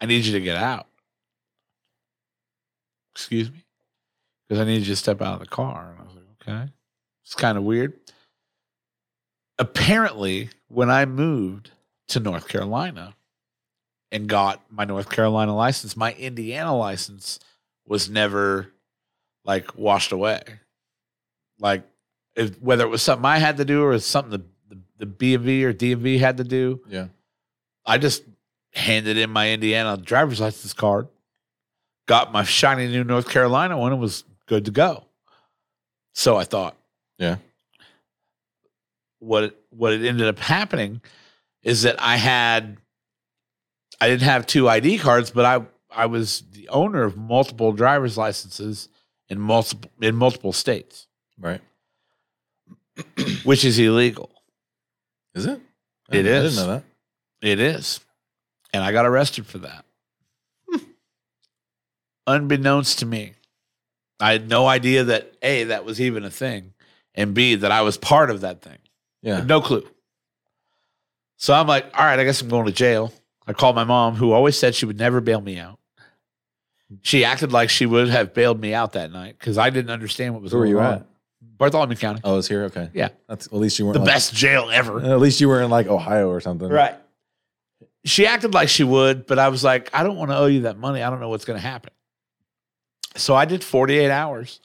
Speaker 1: I need you to get out. Excuse me? Because I need you to step out of the car. And I was like, okay. It's kind of weird. Apparently, when I moved to North Carolina and got my North Carolina license, my Indiana license was never like washed away. Like if, whether it was something I had to do or it was something the, the, the BMV or DMV had to do,
Speaker 2: Yeah.
Speaker 1: I just handed in my Indiana driver's license card, got my shiny new North Carolina one, and was good to go. So I thought.
Speaker 2: Yeah.
Speaker 1: What it, what it ended up happening is that I had I didn't have two ID cards, but I I was the owner of multiple driver's licenses in multiple in multiple states,
Speaker 2: Right.
Speaker 1: which is illegal.
Speaker 2: Is it? I
Speaker 1: It
Speaker 2: didn't-
Speaker 1: is.
Speaker 2: I didn't know that.
Speaker 1: It is. And I got arrested for that. Hmm. Unbeknownst to me, I had no idea that A, that was even a thing, and B, that I was part of that thing. I
Speaker 2: Yeah.
Speaker 1: had No clue. So I'm like, all right, I guess I'm going to jail. I called my mom, who always said she would never bail me out. She acted like she would have bailed me out that night because I didn't understand what was
Speaker 2: Where were
Speaker 1: going
Speaker 2: you
Speaker 1: on.
Speaker 2: at?
Speaker 1: Bartholomew County,
Speaker 2: Oh, it's here. Okay.
Speaker 1: Yeah.
Speaker 2: That's at least you weren't
Speaker 1: the
Speaker 2: like-
Speaker 1: best jail ever.
Speaker 2: At least you were in like Ohio or something.
Speaker 1: Right. She acted like she would, but I was like, I don't want to owe you that money. I don't know what's going to happen. So I did 48 hours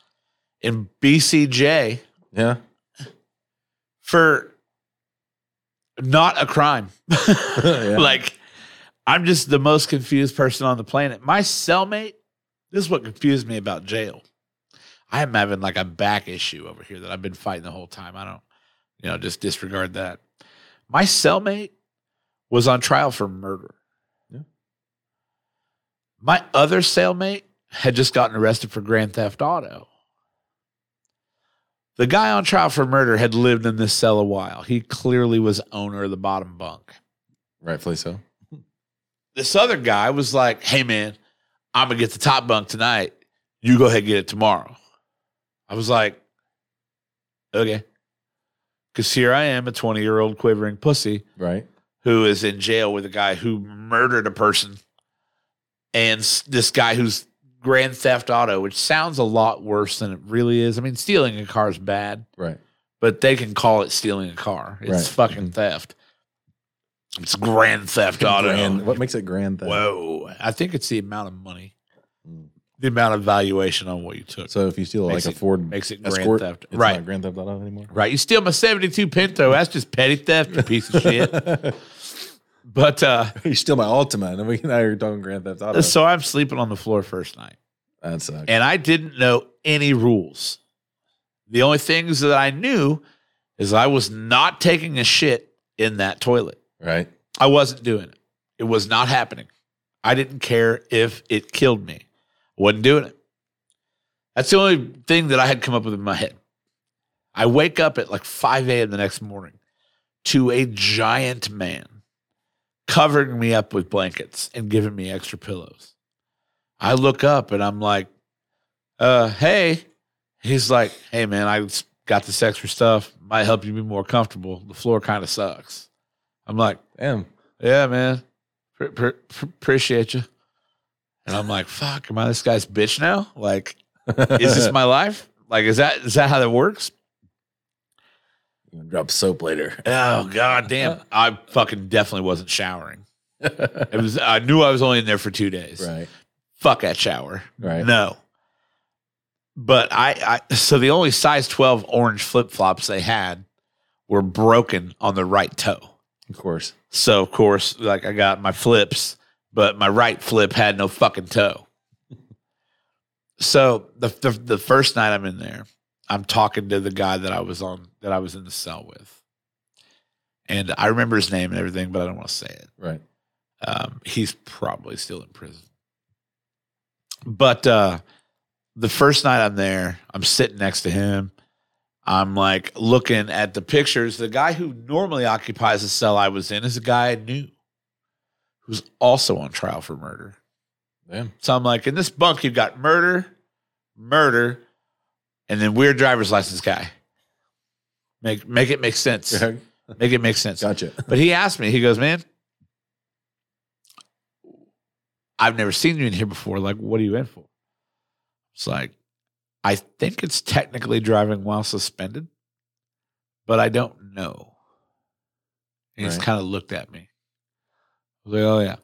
Speaker 1: in BCJ
Speaker 2: Yeah.
Speaker 1: for not a crime.
Speaker 2: Yeah.
Speaker 1: Like, I'm just the most confused person on the planet. My cellmate, this is what confused me about jail. I am having like a back issue over here that I've been fighting the whole time. I don't, you know, just disregard that. My cellmate was on trial for murder.
Speaker 2: Yeah.
Speaker 1: My other cellmate had just gotten arrested for grand theft auto. The guy on trial for murder had lived in this cell a while. He clearly was owner of the bottom bunk
Speaker 2: Rightfully so.
Speaker 1: this other guy was like, "Hey man, I'm gonna get the top bunk tonight. You go ahead and get it tomorrow." I was like, "Okay," because here I am, a 20 year old quivering pussy
Speaker 2: Right.
Speaker 1: who is in jail with a guy who murdered a person, and s- this guy who's grand theft auto, which sounds a lot worse than it really is. I mean, stealing a car is bad,
Speaker 2: Right.
Speaker 1: but they can call it stealing a car. It's
Speaker 2: Right.
Speaker 1: fucking theft. It's grand theft auto.
Speaker 2: Grand- what makes it grand theft?
Speaker 1: Whoa. I think it's the amount of money,
Speaker 2: Mm.
Speaker 1: the amount of valuation on what you took
Speaker 2: So if you steal
Speaker 1: Makes
Speaker 2: like a
Speaker 1: it-
Speaker 2: Ford
Speaker 1: makes it grand
Speaker 2: Escort,
Speaker 1: theft.
Speaker 2: it's
Speaker 1: Right.
Speaker 2: not Grand Theft Auto anymore.
Speaker 1: Right. You steal my 72 Pinto. That's just petty theft, you piece of shit. But uh,
Speaker 2: you steal my Ultima, and then we now you're talking Grand Theft Auto.
Speaker 1: so I'm sleeping on the floor first night.
Speaker 2: that sucks.
Speaker 1: And I didn't know any rules. The only things that I knew is I was not taking a shit in that toilet.
Speaker 2: right.
Speaker 1: I wasn't doing it. It was not happening. I didn't care if it killed me. I wasn't doing it. That's the only thing that I had come up with in my head. I wake up at like 5 a.m. the next morning to a giant man covering me up with blankets and giving me extra pillows. I look up and I'm like, uh, hey. He's like, hey, man, I s- got this extra stuff. Might help you be more comfortable. The floor kind of sucks. I'm like,
Speaker 2: Damn.
Speaker 1: yeah, man. Pre- pre- pre- appreciate you. And I'm like, fuck, am I this guy's bitch now? Like, is this my life? Like, is that is that how that works?
Speaker 2: You can drop soap later?
Speaker 1: Oh god damn! I fucking definitely wasn't showering. It was. I knew I was only in there for two days.
Speaker 2: right.
Speaker 1: Fuck that shower.
Speaker 2: Right.
Speaker 1: No. But I, I so the only size 12 orange flip flops they had were broken on the right toe.
Speaker 2: Of course.
Speaker 1: So of course, like I got my flips, but my right flip had no fucking toe. So the, the the first night I'm in there, I'm talking to the guy that I was on that I was in the cell with, and I remember his name and everything, but I don't want to say it.
Speaker 2: Right.
Speaker 1: Um, he's probably still in prison. But uh, the first night I'm there, I'm sitting next to him. I'm like looking at the pictures. The guy who normally occupies the cell I was in is a guy I knew who's also on trial for murder.
Speaker 2: Damn.
Speaker 1: So I'm like, in this bunk, you've got murder, murder, and then weird driver's license guy. Make make it make sense. Make it make sense.
Speaker 2: Gotcha.
Speaker 1: But he asked me, he goes, Man, I've never seen you in here before. Like, what are you in for? It's like, I think it's technically driving while suspended, but I don't know. And he's
Speaker 2: Right.
Speaker 1: kind of looked at me. I was like, Oh, yeah.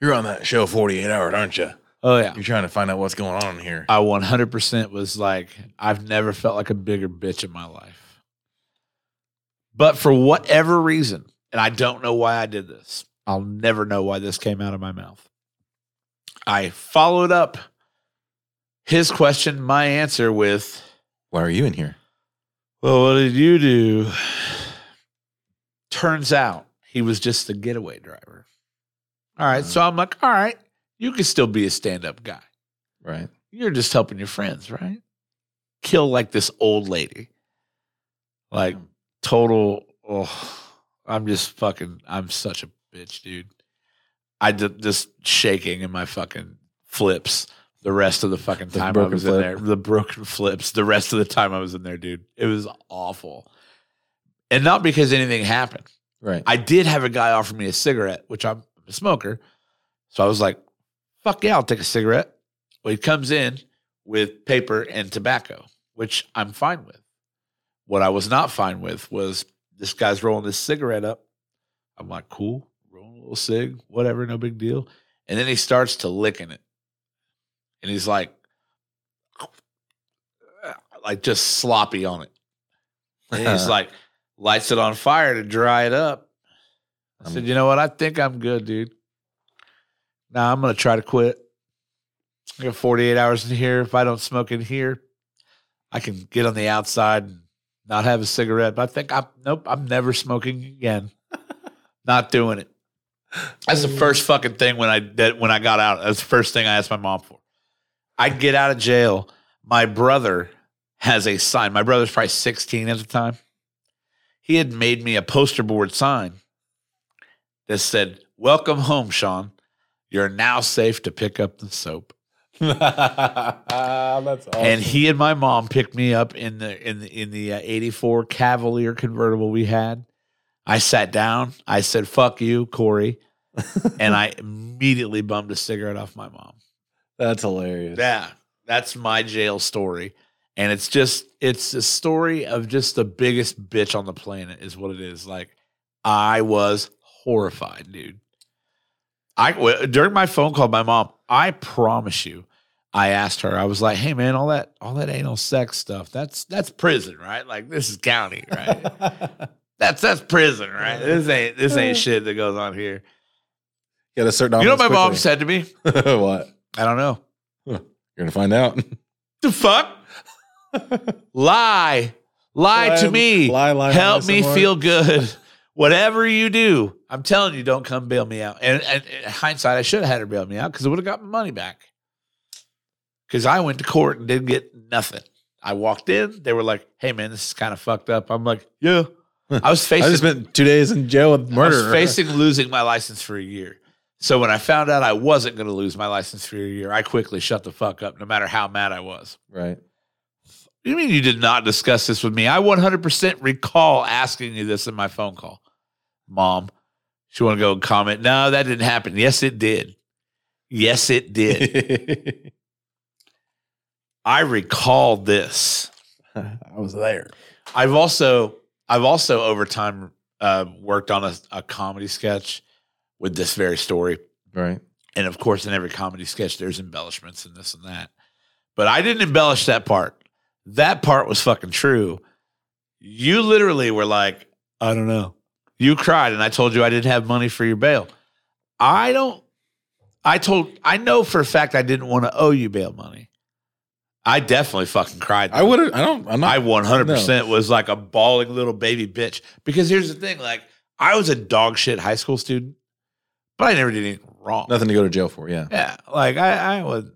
Speaker 2: You're on that show 48 hours, aren't you?
Speaker 1: Oh, yeah.
Speaker 2: You're trying to find out what's going on here.
Speaker 1: I 100% was like, I've never felt like a bigger bitch in my life. But for whatever reason, and I don't know why I did this, I'll never know why this came out of my mouth. I followed up his question, my answer with,
Speaker 2: Why are you in here?
Speaker 1: Well, what did you do? Turns out he was just the getaway driver. All right. So I'm like, All right, you can still be a stand up guy
Speaker 2: Right.
Speaker 1: you're just helping your friends, right? Kill like this old lady. Like total oh I'm just fucking I'm such a bitch, dude. I d- just shaking in my fucking flips the rest of the fucking
Speaker 2: The
Speaker 1: time I
Speaker 2: broken
Speaker 1: was in
Speaker 2: flip.
Speaker 1: there. The broken flips the rest of the time I was in there, dude. It was awful. And not because anything happened.
Speaker 2: Right.
Speaker 1: I did have a guy offer me a cigarette, which I'm a smoker. So I was like, fuck yeah, I'll take a cigarette. Well, he comes in with paper and tobacco, which I'm fine with. What I was not fine with was this guy's rolling this cigarette up. I'm like, cool, rolling a little cig, whatever, no big deal. And then he starts to licking it. And he's like, like just sloppy on it. And he's like, lights it on fire to dry it up. I said,
Speaker 2: Um,
Speaker 1: you know what? I think I'm good, dude. Now I'm gonna try to quit. I got 48 hours in here. If I don't smoke in here, I can get on the outside and not have a cigarette. But I think I'm nope. I'm never smoking again. not doing it. That's the first fucking thing when I that when I got out. That's the first thing I asked my mom for. I get out of jail. My brother has a sign. My brother's probably 16 at the time. He had made me a poster board sign that said, Welcome home, Sean. You're now safe to pick up the soap.
Speaker 2: That's awesome.
Speaker 1: And he and my mom picked me up in the in the in the uh, 84 Cavalier convertible we had. I sat down. I said, "Fuck you, Corey," and I immediately bummed a cigarette off my mom.
Speaker 2: That's hilarious.
Speaker 1: Yeah, that's my jail story, and it's just it's a story of just the biggest bitch on the planet is what it is. Like I was horrified, dude. I w- during my phone call, with my mom. I promise you, I asked her. I was like, "Hey, man, all that all that anal sex stuff. That's that's prison, right? Like this is county, right? that's that's prison, right? This ain't this ain't shit that goes on here."
Speaker 2: Got a certain.
Speaker 1: You know what my mom said to me?
Speaker 2: what?
Speaker 1: I don't know.
Speaker 2: You're gonna find out.
Speaker 1: The fuck? lie. Lie to me.
Speaker 2: Lie, lie,
Speaker 1: Help
Speaker 2: lie
Speaker 1: me
Speaker 2: some more.
Speaker 1: feel good. Whatever you do, I'm telling you, don't come bail me out. And, and, in hindsight, I should have had her bail me out because I would have got my money back. Because I went to court and didn't get nothing. I walked in. They were like, "Hey, man, this is kind of fucked up." I'm like, "Yeah." I was
Speaker 2: I
Speaker 1: facing
Speaker 2: just spent two days in jail with
Speaker 1: I was
Speaker 2: murder.
Speaker 1: facing losing my license for a year. So when I found out I wasn't going to lose my license for a year, I quickly shut the fuck up, no matter how mad I was.
Speaker 2: Right.
Speaker 1: You mean you did not discuss this with me? I 100% recall asking you this in my phone call. Mom, she want to go and comment. No, that didn't happen. Yes, it did. Yes, it did. I recall this.
Speaker 2: I was there.
Speaker 1: I've also I've also over time uh, worked on a, a comedy sketch with this very story,
Speaker 2: Right.
Speaker 1: and of course, in every comedy sketch, there's embellishments and this and that. But I didn't embellish that part. That part was fucking true. You literally were like, I don't know. You cried, and I told you I didn't have money for your bail. I don't. I told. I know for a fact I didn't want to owe you bail money. I definitely fucking cried.
Speaker 2: I would have. I don't. I'm
Speaker 1: I
Speaker 2: not.
Speaker 1: 100% was like a bawling little baby bitch. Because here's the thing like, I was a dog shit high school student, but I never did anything wrong.
Speaker 2: nothing to go to jail for. Yeah.
Speaker 1: Yeah. Like, I, I was,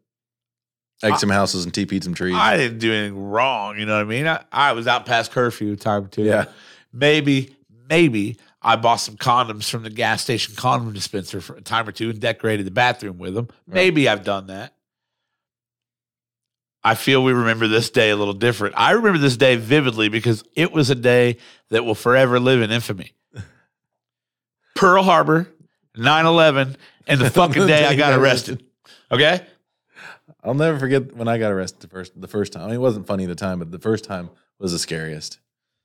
Speaker 2: Egg some houses and TP'd some trees.
Speaker 1: I didn't do anything wrong. You know what I mean? I, I was out past curfew time too.
Speaker 2: yeah.
Speaker 1: Maybe, maybe I bought some condoms from the gas station condom dispenser for a time or two and decorated the bathroom with them.
Speaker 2: Right.
Speaker 1: Maybe I've done that. I feel we remember this day a little different. I remember this day vividly because it was a day that will forever live in infamy. Pearl Harbor, 9 11, and the fucking day I
Speaker 2: you
Speaker 1: got arrested. Okay?
Speaker 2: I'll never forget when I got arrested the first the first time. I mean, it wasn't funny at the time, but the first time was the scariest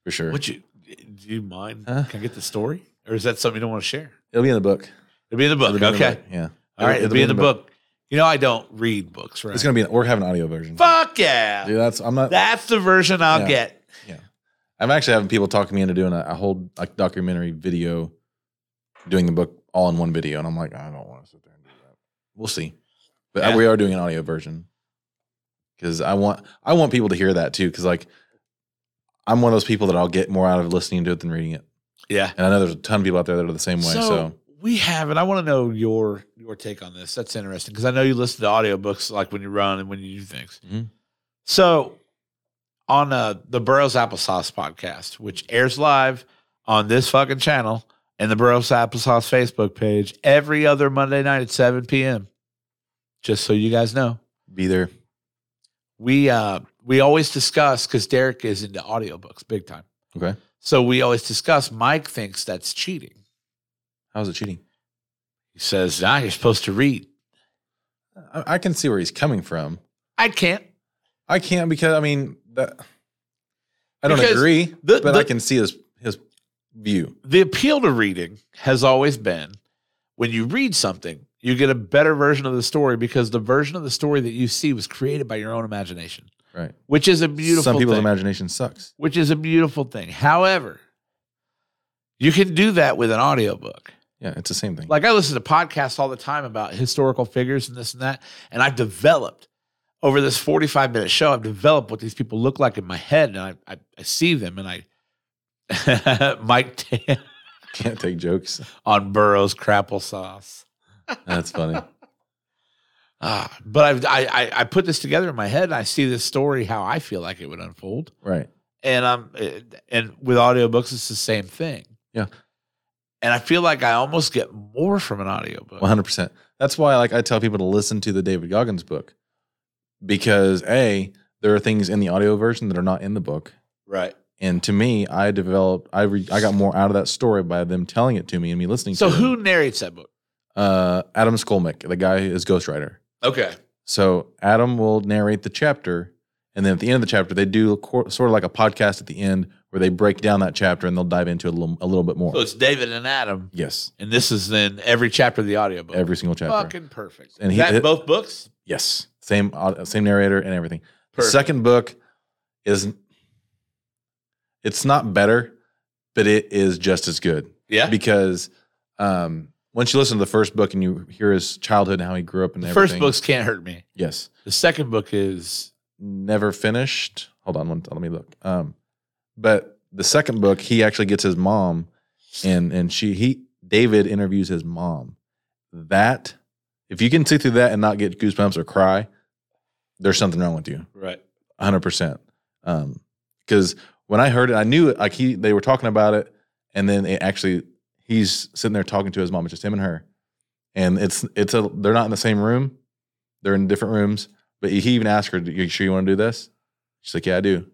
Speaker 2: for sure.
Speaker 1: Would you, do you mind?
Speaker 2: Huh?
Speaker 1: Can I get the story? Or is that something you don't want to share?
Speaker 2: It'll be in the book.
Speaker 1: It'll be in the book.
Speaker 2: It'll be in the
Speaker 1: okay.
Speaker 2: book, Yeah.
Speaker 1: All right, it'll be in the book. You know, I don't read books, right?
Speaker 2: It's gonna be. An, or have an audio version.
Speaker 1: Fuck yeah.
Speaker 2: Dude, that's. I'm not.
Speaker 1: That's the version I'll
Speaker 2: Yeah.
Speaker 1: get.
Speaker 2: I'm actually having people talking me into doing a, a whole like documentary video, doing the book all in one video, and I'm like, I don't want to sit there and do that. We'll see, but
Speaker 1: Yeah.
Speaker 2: we are doing an audio version because I want I want people to hear that too. Because like, I'm one of those people that I'll get more out of listening to it than reading it,
Speaker 1: Yeah.
Speaker 2: and I know there's a ton of people out there that are the same way. So,
Speaker 1: we have, and I want to know your your take on this. That's interesting because I know you listen to audiobooks like when you run and when you do things.
Speaker 2: Mhm.
Speaker 1: So on uh, the Burroughs Applesauce podcast, which airs live on this fucking channel and the Burroughs Applesauce Facebook page every other Monday night at 7 p.m. Just so you guys know.
Speaker 2: be there.
Speaker 1: we uh we always discuss because Derek is into audiobooks big time.
Speaker 2: Okay,
Speaker 1: So we always discuss Mike thinks that's cheating.
Speaker 2: how's it cheating?
Speaker 1: He says, nah, you're supposed to read.
Speaker 2: I, I can see where he's coming from.
Speaker 1: I can't.
Speaker 2: I can't because I mean that. I don't
Speaker 1: Because
Speaker 2: agree,
Speaker 1: the-
Speaker 2: but
Speaker 1: the-
Speaker 2: I can see his his view.
Speaker 1: The appeal to reading has always been when you read something, you get a better version of the story because the version of the story that you see was created by your own imagination.
Speaker 2: Right.
Speaker 1: Which is a beautiful
Speaker 2: Some people's
Speaker 1: thing.
Speaker 2: imagination sucks.
Speaker 1: which is a beautiful thing. However, you can do that with an audiobook.
Speaker 2: Yeah, it's the same thing.
Speaker 1: Like I listen to podcasts all the time about historical figures and this and that, and I've developed over this 45 minute show, I've developed what these people look like in my head, and I I, I see them, and I Mike T-
Speaker 2: can't take jokes.
Speaker 1: on Burroughs crapple sauce.
Speaker 2: That's funny.
Speaker 1: Ah, but I've, I, I I put this together in my head, and I see this story how I feel like it would unfold.
Speaker 2: Right.
Speaker 1: and I'm eh, and with audiobooks it's the same thing.
Speaker 2: Yeah.
Speaker 1: And I feel like I almost get more from an audiobook.
Speaker 2: 100%. That's why like I tell people to listen to the David Goggins book because A, there are things in the audio version that are not in the book.
Speaker 1: Right.
Speaker 2: And to me, I developed I re, I got more out of that story by them telling it to me and me listening
Speaker 1: So
Speaker 2: to it.
Speaker 1: who narrates that book?
Speaker 2: uh Adam Skolnick, the guy who is ghostwriter.
Speaker 1: Okay.
Speaker 2: So Adam will narrate the chapter, and then at the end of the chapter, they do a cor- sort of like a podcast at the end where they break down that chapter and they'll dive into it a little, a little bit more.
Speaker 1: So it's David and Adam,
Speaker 2: yes,
Speaker 1: and this is then every chapter of the audiobook.
Speaker 2: every single chapter.
Speaker 1: fucking perfect.
Speaker 2: And
Speaker 1: And
Speaker 2: he-
Speaker 1: he, that
Speaker 2: it-
Speaker 1: both books?
Speaker 2: Yes, same au- same narrator and everything. The
Speaker 1: Perfect.
Speaker 2: second book is it's not better, but it is just as good
Speaker 1: yeah.
Speaker 2: because um, once you listen to the first book and you hear his childhood and how he grew up and
Speaker 1: the
Speaker 2: everything.
Speaker 1: first book's can't hurt me.
Speaker 2: yes,
Speaker 1: The second book is
Speaker 2: never finished. Hold on, one, let me look. Um, but the second book, he actually gets his mom, and and she he David interviews his mom. That if you can sit through that and not get goosebumps or cry, there's something wrong with you,
Speaker 1: right.
Speaker 2: hundred percent. Um, because when I heard it, I knew it, like he they were talking about it, and then it actually he's sitting there talking to his mom. It's just him and her, and it's it's a they're not in the same room, they're in different rooms. But he even asked her, "You sure you want to do this?" She's like, "Yeah, I do."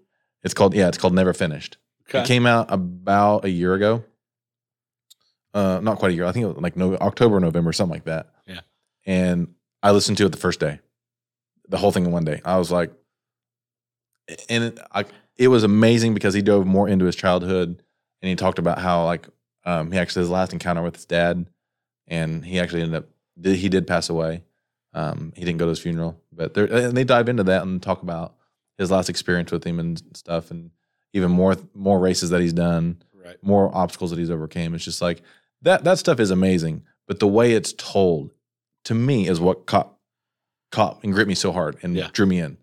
Speaker 2: It's called yeah, it's called Never Finished. It came out about a year ago. Uh, not quite a year. I think it was like no, October, November, something like that.
Speaker 1: Yeah.
Speaker 2: And I listened to it the first day, the whole thing in one day. I was like, and it, I, it was amazing because he dove more into his childhood, and he talked about how like um, he actually his last encounter with his dad, and he actually ended up did, he did pass away. Um, he didn't go to his funeral, but there and they dive into that and talk about his last experience with him and stuff, and even more more races that he's done,
Speaker 1: Right.
Speaker 2: more obstacles that he's overcame. It's just like that that stuff is amazing, but the way it's told to me is what caught caught and gripped me so hard and
Speaker 1: Yeah.
Speaker 2: drew me in.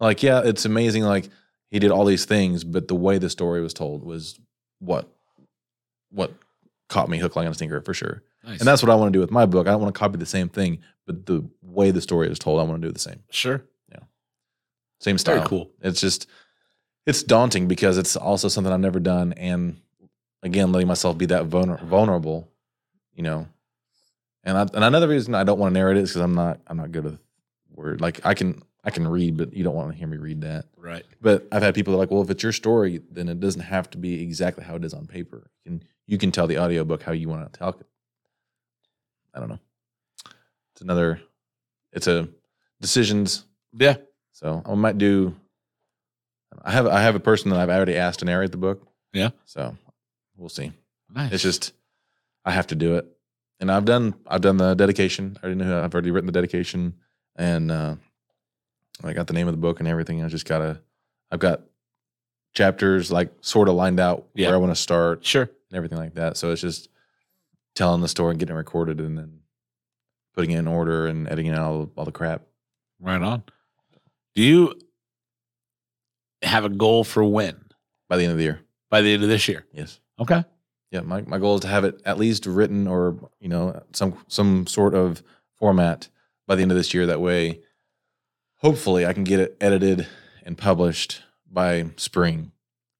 Speaker 2: Like, yeah, it's amazing. Like he did all these things, but the way the story was told was what what caught me hook, line, and sinker for sure.
Speaker 1: Nice.
Speaker 2: And that's what I want to do with my book. I don't want to copy the same thing, but the way the story is told, I want to do the same
Speaker 1: sure.
Speaker 2: same style.
Speaker 1: Very cool.
Speaker 2: It's just it's daunting because it's also something I've never done, and again, letting myself be that vulner- vulnerable, you know. And I, and another reason I don't want to narrate it is because I'm not I'm not good with word. Like I can I can read, but you don't want to hear me read that.
Speaker 1: Right.
Speaker 2: But I've had people that are like, well, if it's your story, then it doesn't have to be exactly how it is on paper. You can you can tell the audiobook how you want to tell it. I don't know. It's another. It's a decisions
Speaker 1: Yeah.
Speaker 2: so I might do. I have I have a person that I've already asked to narrate the book.
Speaker 1: Yeah.
Speaker 2: So we'll see.
Speaker 1: Nice.
Speaker 2: It's just I have to do it, and I've done I've done the dedication. I already know I've already written the dedication, and uh, I got the name of the book and everything. I just gotta. I've got chapters like sort of lined out
Speaker 1: Yeah.
Speaker 2: where I want to start
Speaker 1: sure.
Speaker 2: and everything like that. So it's just telling the story and getting it recorded and then putting it in order and editing out all, all the crap.
Speaker 1: Right on. Do you have a goal for when
Speaker 2: By the end of the year,
Speaker 1: by the end of this year?
Speaker 2: yes.
Speaker 1: Okay.
Speaker 2: Yeah, my, my goal is to have it at least written or you know some some sort of format by the end of this year. That way, hopefully, I can get it edited and published by spring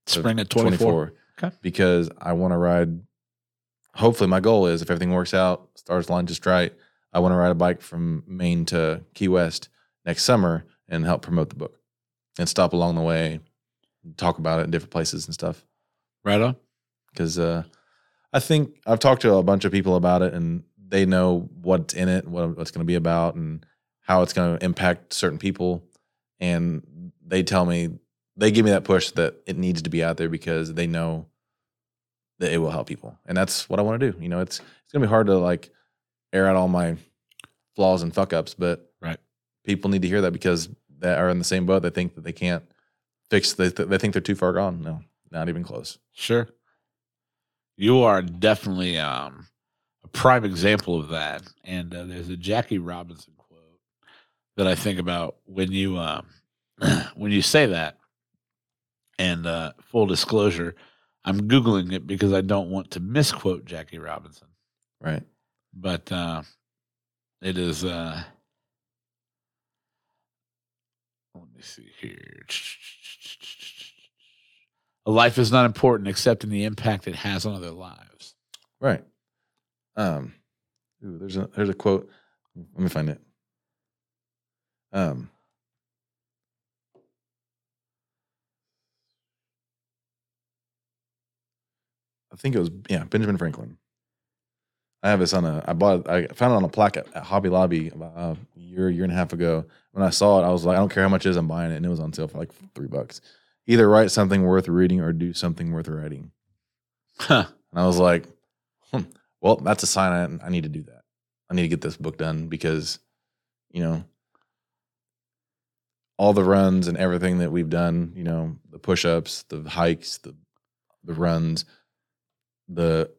Speaker 1: Spring at 24.
Speaker 2: 24.
Speaker 1: Okay.
Speaker 2: Because I want to ride. Hopefully, my goal is if everything works out, stars line just right. I want to ride a bike from Maine to Key West next summer and help promote the book and stop along the way, talk about it in different places and stuff
Speaker 1: Right on.
Speaker 2: because uh, I think I've talked to a bunch of people about it, and they know what's in it, what what's going to be about, and how it's going to impact certain people. And they tell me they give me that push that it needs to be out there because they know that it will help people, and that's what I want to do. You know, it's it's going to be hard to like air out all my flaws and fuck ups, but
Speaker 1: Right.
Speaker 2: people need to hear that because they are in the same boat. They think that they can't fix. They they think they're too far gone. No, not even close.
Speaker 1: Sure. You are definitely um, a prime example of that. And uh, there's a Jackie Robinson quote that I think about when you um, when you say that. And uh, full disclosure, I'm googling it because I don't want to misquote Jackie Robinson.
Speaker 2: Right.
Speaker 1: but uh, it is. Uh, let me see here. A life is not important except in the impact it has on other lives.
Speaker 2: Right. Um, ooh, there's a there's a quote. Let me find it. Um, I think it was yeah Benjamin Franklin. I have this on a I bought I found it on a plaque at, at Hobby Lobby about uh, a year year and a half ago. When I saw it, I was like, I don't care how much it is, I'm buying it, and it was on sale for like three bucks. Either write something worth reading or do something worth writing.
Speaker 1: Huh.
Speaker 2: And I was like, hmm, well, that's a sign I, I need to do that. I need to get this book done because, you know, all the runs and everything that we've done, you know, the push ups, the hikes, the the runs, the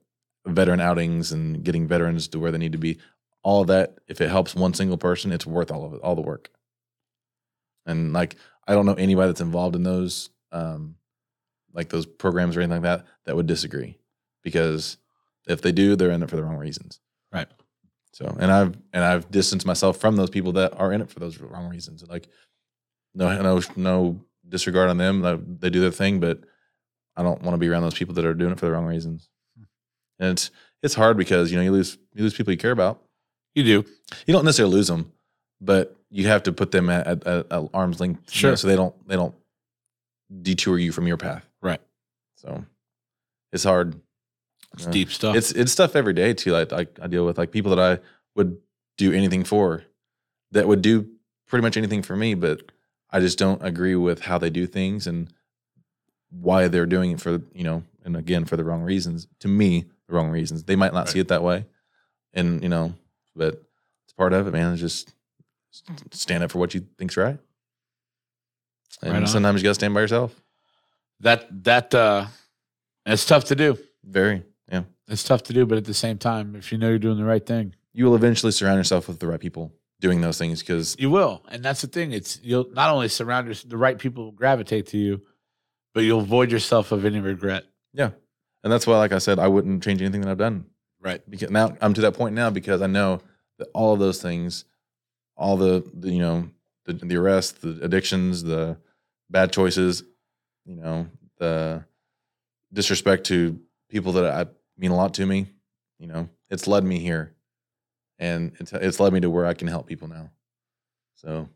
Speaker 2: veteran outings and getting veterans to where they need to be, all that, if it helps one single person, it's worth all of it, all the work. And like I don't know anybody that's involved in those um like those programs or anything like that that would disagree because if they do, they're in it for the wrong reasons.
Speaker 1: Right.
Speaker 2: So, and I've and I've distanced myself from those people that are in it for those wrong reasons. Like, no, no, no disregard on them. Like, They do their thing, but I don't want to be around those people that are doing it for the wrong reasons. And it's it's hard because you know you lose you lose people you care about,
Speaker 1: You do.
Speaker 2: You don't necessarily lose them, but you have to put them at, at, at- at arm's length, you know,
Speaker 1: Sure.
Speaker 2: so they don't they don't detour you from your path.
Speaker 1: Right.
Speaker 2: So it's hard.
Speaker 1: It's
Speaker 2: Yeah.
Speaker 1: deep stuff.
Speaker 2: It's it's stuff every day too. Like I, I deal with like people that I would do anything for, that would do pretty much anything for me, but I just don't agree with how they do things and why they're doing it for you know, and again for the wrong reasons. To me, the wrong reasons. They might not see it that way, and you know, but it's part of it, man. It's just stand up for what you think's right. And
Speaker 1: Right on.
Speaker 2: sometimes you gotta stand by yourself.
Speaker 1: that that uh it's tough to do.
Speaker 2: Very. Yeah.
Speaker 1: It's tough to do, but at the same time, if you know you're doing the right thing,
Speaker 2: You will eventually surround yourself with the right people doing those things because
Speaker 1: you will. And that's the thing. It's you'll not only surround yourself the right people will gravitate to you, but you'll void yourself of any regret.
Speaker 2: And that's why, like I said, I wouldn't change anything that I've done.
Speaker 1: Right.
Speaker 2: Because now I'm to that point now because I know that all of those things, all the, the you know, the, the arrests, the addictions, the bad choices, you know, the disrespect to people that I mean a lot to me, you know, it's led me here, and it's it's led me to where I can help people now. So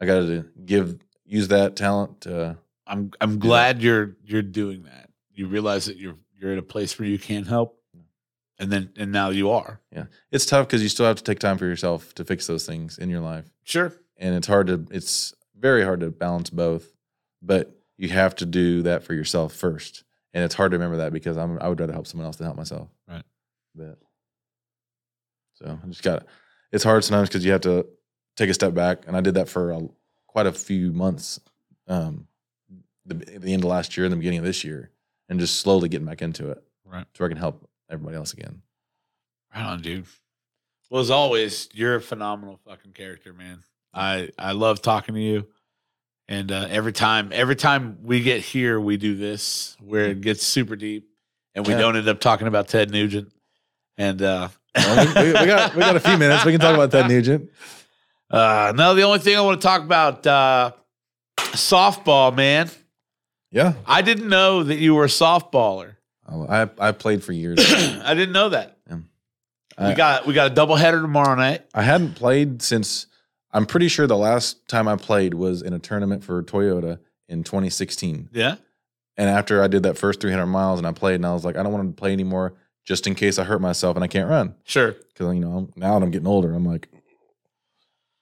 Speaker 2: I got to give use that talent to
Speaker 1: I'm I'm glad you're you're doing that. You realize that you're you're at a place where you can't help. And then and now you are.
Speaker 2: it's tough because you still have to take time for yourself to fix those things in your life.
Speaker 1: Sure.
Speaker 2: And it's hard to, it's very hard to balance both, but you have to do that for yourself first. And it's hard to remember that because I'm, I would rather help someone else than help myself.
Speaker 1: Right.
Speaker 2: But so I just got, it's hard sometimes because you have to take a step back. And I did that for a, quite a few months, um, the, the end of last year and the beginning of this year, and just slowly getting back into it
Speaker 1: Right.
Speaker 2: to where I can help everybody else again.
Speaker 1: Right on, dude. Well, as always, you're a phenomenal fucking character, man. I I love talking to you, and uh, every time every time we get here, we do this where it gets super deep, and we
Speaker 2: Yeah.
Speaker 1: don't end up talking about Ted Nugent. And uh,
Speaker 2: Well, we, we got, we got a few minutes. We can talk about that, Nugent.
Speaker 1: Uh, no, the only thing I want to talk about uh, softball, man.
Speaker 2: Yeah.
Speaker 1: I didn't know that you were a softballer.
Speaker 2: Oh, I I played for years.
Speaker 1: I didn't know that.
Speaker 2: Yeah.
Speaker 1: we
Speaker 2: I-
Speaker 1: got we got a doubleheader tomorrow night.
Speaker 2: I hadn't played since I'm pretty sure the last time I played was in a tournament for Toyota in 2016.
Speaker 1: Yeah.
Speaker 2: And after I did that first 300 miles and I played and I was like I don't want to play anymore just in case I hurt myself and I can't run
Speaker 1: Sure.
Speaker 2: cuz you know I'm, now that I'm getting older I'm like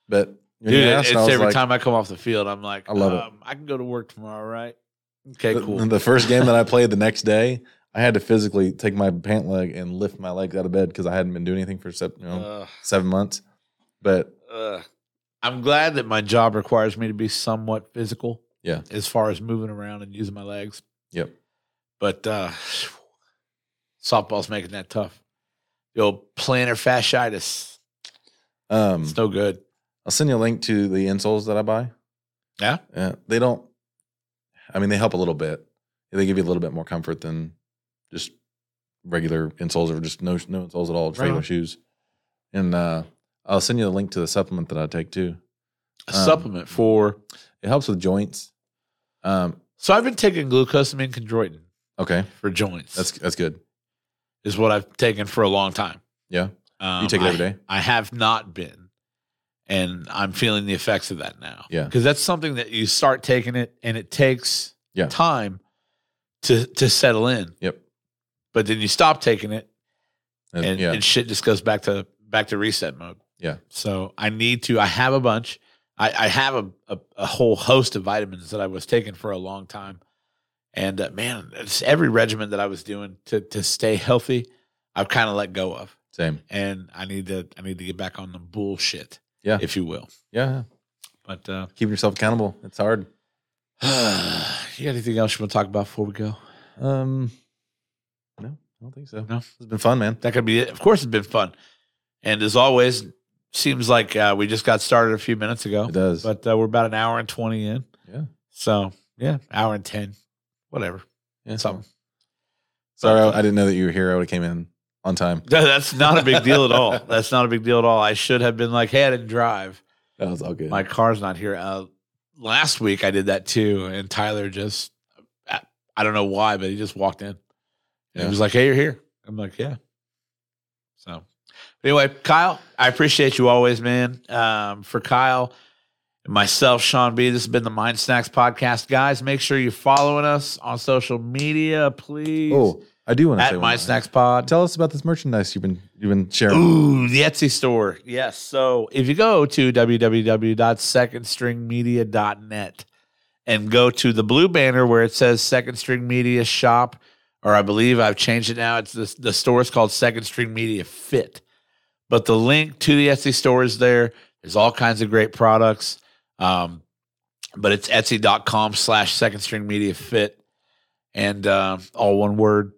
Speaker 2: but when
Speaker 1: Dude,
Speaker 2: you
Speaker 1: it-
Speaker 2: asked,
Speaker 1: it's
Speaker 2: I was
Speaker 1: every
Speaker 2: like-
Speaker 1: time I come off the field, I'm like,
Speaker 2: I love it.
Speaker 1: um, I can go to work tomorrow, right? Okay,
Speaker 2: the,
Speaker 1: cool.
Speaker 2: the first game that I played the next day, I had to physically take my pant leg and lift my legs out of bed because I hadn't been doing anything for sep- you know,
Speaker 1: Ugh,
Speaker 2: seven months. But
Speaker 1: ugh. Uh, I'm glad that my job requires me to be somewhat physical.
Speaker 2: Yeah.
Speaker 1: As far as moving around and using my legs.
Speaker 2: yep,
Speaker 1: But uh, softball's making that tough. The old plantar fasciitis.
Speaker 2: um,
Speaker 1: It's no good.
Speaker 2: I'll send you a link to the insoles that I buy.
Speaker 1: Yeah?
Speaker 2: yeah, they don't. I mean, they help a little bit. They give you a little bit more comfort than just regular insoles or just no no insoles at all, just
Speaker 1: Right
Speaker 2: regular
Speaker 1: on.
Speaker 2: shoes. And uh, I'll send you the link to the supplement that I take too.
Speaker 1: A
Speaker 2: Um,
Speaker 1: supplement for.
Speaker 2: It helps with joints. Um,
Speaker 1: So I've been taking glucosamine chondroitin
Speaker 2: okay,
Speaker 1: for joints.
Speaker 2: that's that's good.
Speaker 1: is what I've taken for a long time.
Speaker 2: Yeah.
Speaker 1: Um,
Speaker 2: You take it
Speaker 1: I-
Speaker 2: every day?
Speaker 1: I have not been. And I'm feeling the effects of that now.
Speaker 2: Yeah.
Speaker 1: Because that's something that you start taking it and it takes
Speaker 2: Yeah.
Speaker 1: time to to settle in.
Speaker 2: Yep.
Speaker 1: But then you stop taking it
Speaker 2: And,
Speaker 1: and,
Speaker 2: Uh, yeah,
Speaker 1: and shit just goes back to back to reset mode.
Speaker 2: Yeah.
Speaker 1: So I need to I have a bunch. I, I have a, a, a whole host of vitamins that I was taking for a long time. And uh, man, it's every regimen that I was doing to to stay healthy, I've kind of let go of
Speaker 2: same.
Speaker 1: and I need to I need to get back on the bullshit,
Speaker 2: Yeah.
Speaker 1: if you will.
Speaker 2: Yeah, yeah.
Speaker 1: But uh,
Speaker 2: keeping yourself accountable. It's hard.
Speaker 1: you got anything else you want to talk about before we go?
Speaker 2: Um, no, I don't think so.
Speaker 1: No.
Speaker 2: It's been fun, man.
Speaker 1: That could be it. Of course, it's been fun, and as always, seems like uh, we just got started a few minutes ago,
Speaker 2: It does.
Speaker 1: but uh, we're about an hour and twenty in.
Speaker 2: Yeah.
Speaker 1: So yeah, hour and ten, whatever.
Speaker 2: yeah.
Speaker 1: Something.
Speaker 2: Sorry, I, I didn't know that you were here. I would have came in on time.
Speaker 1: That's not a big deal at all. That's not a big deal at all. I should have been like, hey, I didn't drive.
Speaker 2: That was all good.
Speaker 1: my car's not here. Uh, last week I did that too, and Tyler just, I, I don't know why, but he just walked in. And
Speaker 2: Yeah.
Speaker 1: He was like, "Hey, you're here." I'm like, "Yeah." So, Anyway, Kyle, I appreciate you always, man. Um, for Kyle, and myself, Sean B, this has been the Mind Snacks podcast. Guys, make sure you're following us on social media, please.
Speaker 2: Oh, I do want to
Speaker 1: at
Speaker 2: say
Speaker 1: Mind
Speaker 2: one
Speaker 1: Snacks Pod.
Speaker 2: Tell us about this merchandise you've been you've been sharing.
Speaker 1: Ooh, the Etsy store. Yes. So if you go to www.secondstringmedia.net and go to the blue banner where it says Second String Media Shop, or I believe I've changed it now. It's the, the store is called Second String Media Fit. But the link to the Etsy store is there. There's all kinds of great products. Um, but it's etsy.com slash second string media fit and uh, all one word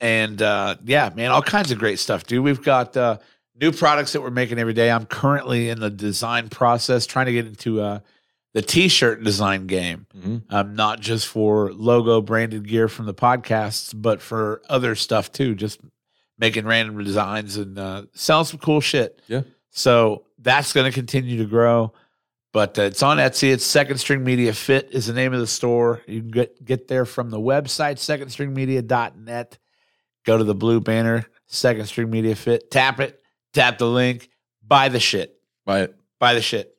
Speaker 1: and uh, yeah, man, all kinds of great stuff, dude. We've got uh, new products that we're making every day. I'm currently in the design process, trying to get into uh, the t-shirt design game,
Speaker 2: Mhm.
Speaker 1: um, not just for logo branded gear from the podcasts, but for other stuff too. Just making random designs and uh, selling some cool shit.
Speaker 2: Yeah.
Speaker 1: So that's going to continue to grow. But uh, it's on Etsy. It's Second String Media Fit is the name of the store. You can get, get there from the website, secondstringmedia.net. Go to the blue banner, Second String Media Fit. Tap it, tap the link, buy the shit
Speaker 2: Buy it.
Speaker 1: buy the shit.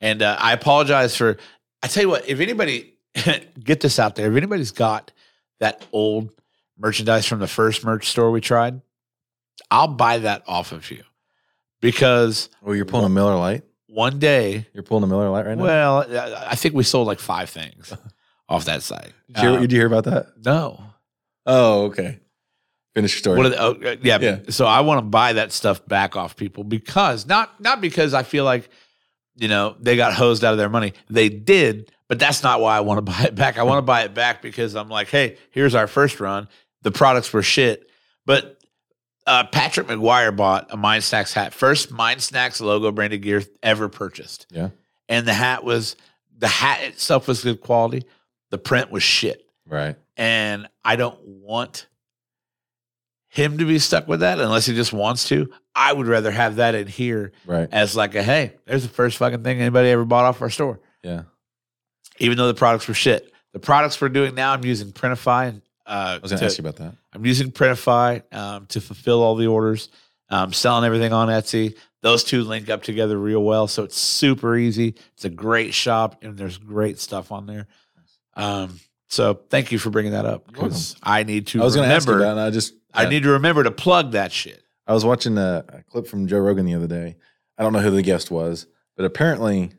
Speaker 1: And uh, I apologize for. I tell you what, if anybody get this out there, if anybody's got that old merchandise from the first merch store we tried, I'll buy that off of you because
Speaker 2: Oh, you're pulling a Miller Light.
Speaker 1: one day,
Speaker 2: You're pulling a Miller Light right now.
Speaker 1: well, I- I think we sold like five things off that site.
Speaker 2: Did you, hear,
Speaker 1: Uh,
Speaker 2: did you hear about that?
Speaker 1: no,
Speaker 2: Oh, okay. Finish your story.
Speaker 1: What are the, oh, uh, yeah,
Speaker 2: Yeah.
Speaker 1: So I want to buy that stuff back off people because not not because I feel like you know they got hosed out of their money. They did, but that's not why I want to buy it back. I want to buy it back because I'm like, hey, here's our first run. The products were shit, but uh, Patrick McGuire bought a Mind Snacks hat, first Mind Snacks logo branded gear ever purchased.
Speaker 2: Yeah.
Speaker 1: and the hat was the hat itself was good quality. The print was shit
Speaker 2: right.
Speaker 1: and I don't want him to be stuck with that unless he just wants to. I would rather have that in here
Speaker 2: Right.
Speaker 1: as like a hey, there's the first fucking thing anybody ever bought off our store.
Speaker 2: Yeah.
Speaker 1: Even though the products were shit. The products we're doing now, I'm using Printify and uh,
Speaker 2: I was going
Speaker 1: to-
Speaker 2: to ask you about that.
Speaker 1: I'm using Printify um, to fulfill all the orders. I'm selling everything on Etsy. Those two link up together real well, so it's super easy. It's a great shop, and there's great stuff on there. Um, so thank you for bringing that up
Speaker 2: You're welcome.
Speaker 1: because I need to
Speaker 2: I was going to ask you
Speaker 1: remember.
Speaker 2: that, and I just
Speaker 1: I need to remember to plug that shit.
Speaker 2: I was watching a, a clip from Joe Rogan the other day. I don't know who the guest was, but apparently,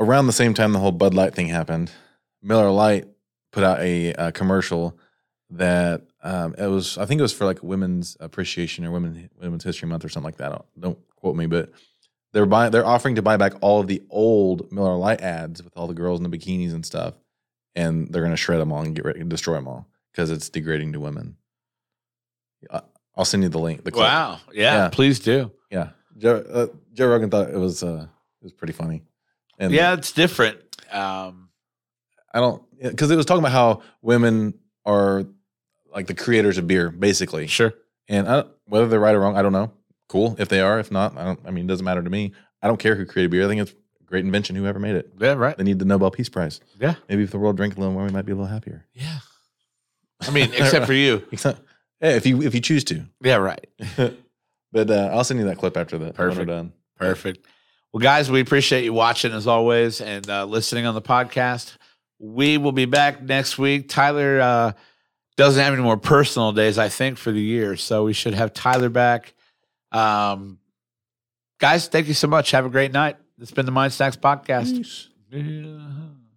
Speaker 2: around the same time the whole Bud Light thing happened, Miller Light put out a, uh commercial that um, it was. I think it was for like Women's Appreciation or Women Women's History Month or something like that. I don't, don't quote me, but they're buying. They're offering to buy back all of the old Miller Light ads with all the girls in the bikinis and stuff, and they're going to shred them all and get rid, destroy them all because it's degrading to women. I- I'll send you the link. The clip.
Speaker 1: Wow, yeah,
Speaker 2: Yeah.
Speaker 1: please do.
Speaker 2: Yeah, Joe, uh, Joe Rogan thought it was uh, it was pretty funny. And
Speaker 1: yeah, it's different. Um,
Speaker 2: I don't because it was talking about how women are like the creators of beer, basically.
Speaker 1: sure.
Speaker 2: And I, don't- whether they're right or wrong, I don't know. Cool if they are. If not, I don't. I mean, it doesn't matter to me. I don't care who created beer. I think it's a great invention. Whoever made it,
Speaker 1: Yeah, right.
Speaker 2: they need the Nobel Peace Prize.
Speaker 1: Yeah.
Speaker 2: Maybe if the world drank a little more, we might be a little happier.
Speaker 1: Yeah. I mean, except for you.
Speaker 2: Except, hey, if you if you choose to.
Speaker 1: Yeah, right.
Speaker 2: but uh, I'll send you that clip after that. When we're
Speaker 1: Perfect.
Speaker 2: done.
Speaker 1: Perfect. Well, guys, we appreciate you watching as always and uh, listening on the podcast. We will be back next week. Tyler uh, doesn't have any more personal days, I think, for the year. So we should have Tyler back. Um, guys, thank you so much. Have a great night. It's been the Mind Snacks podcast. Yeah.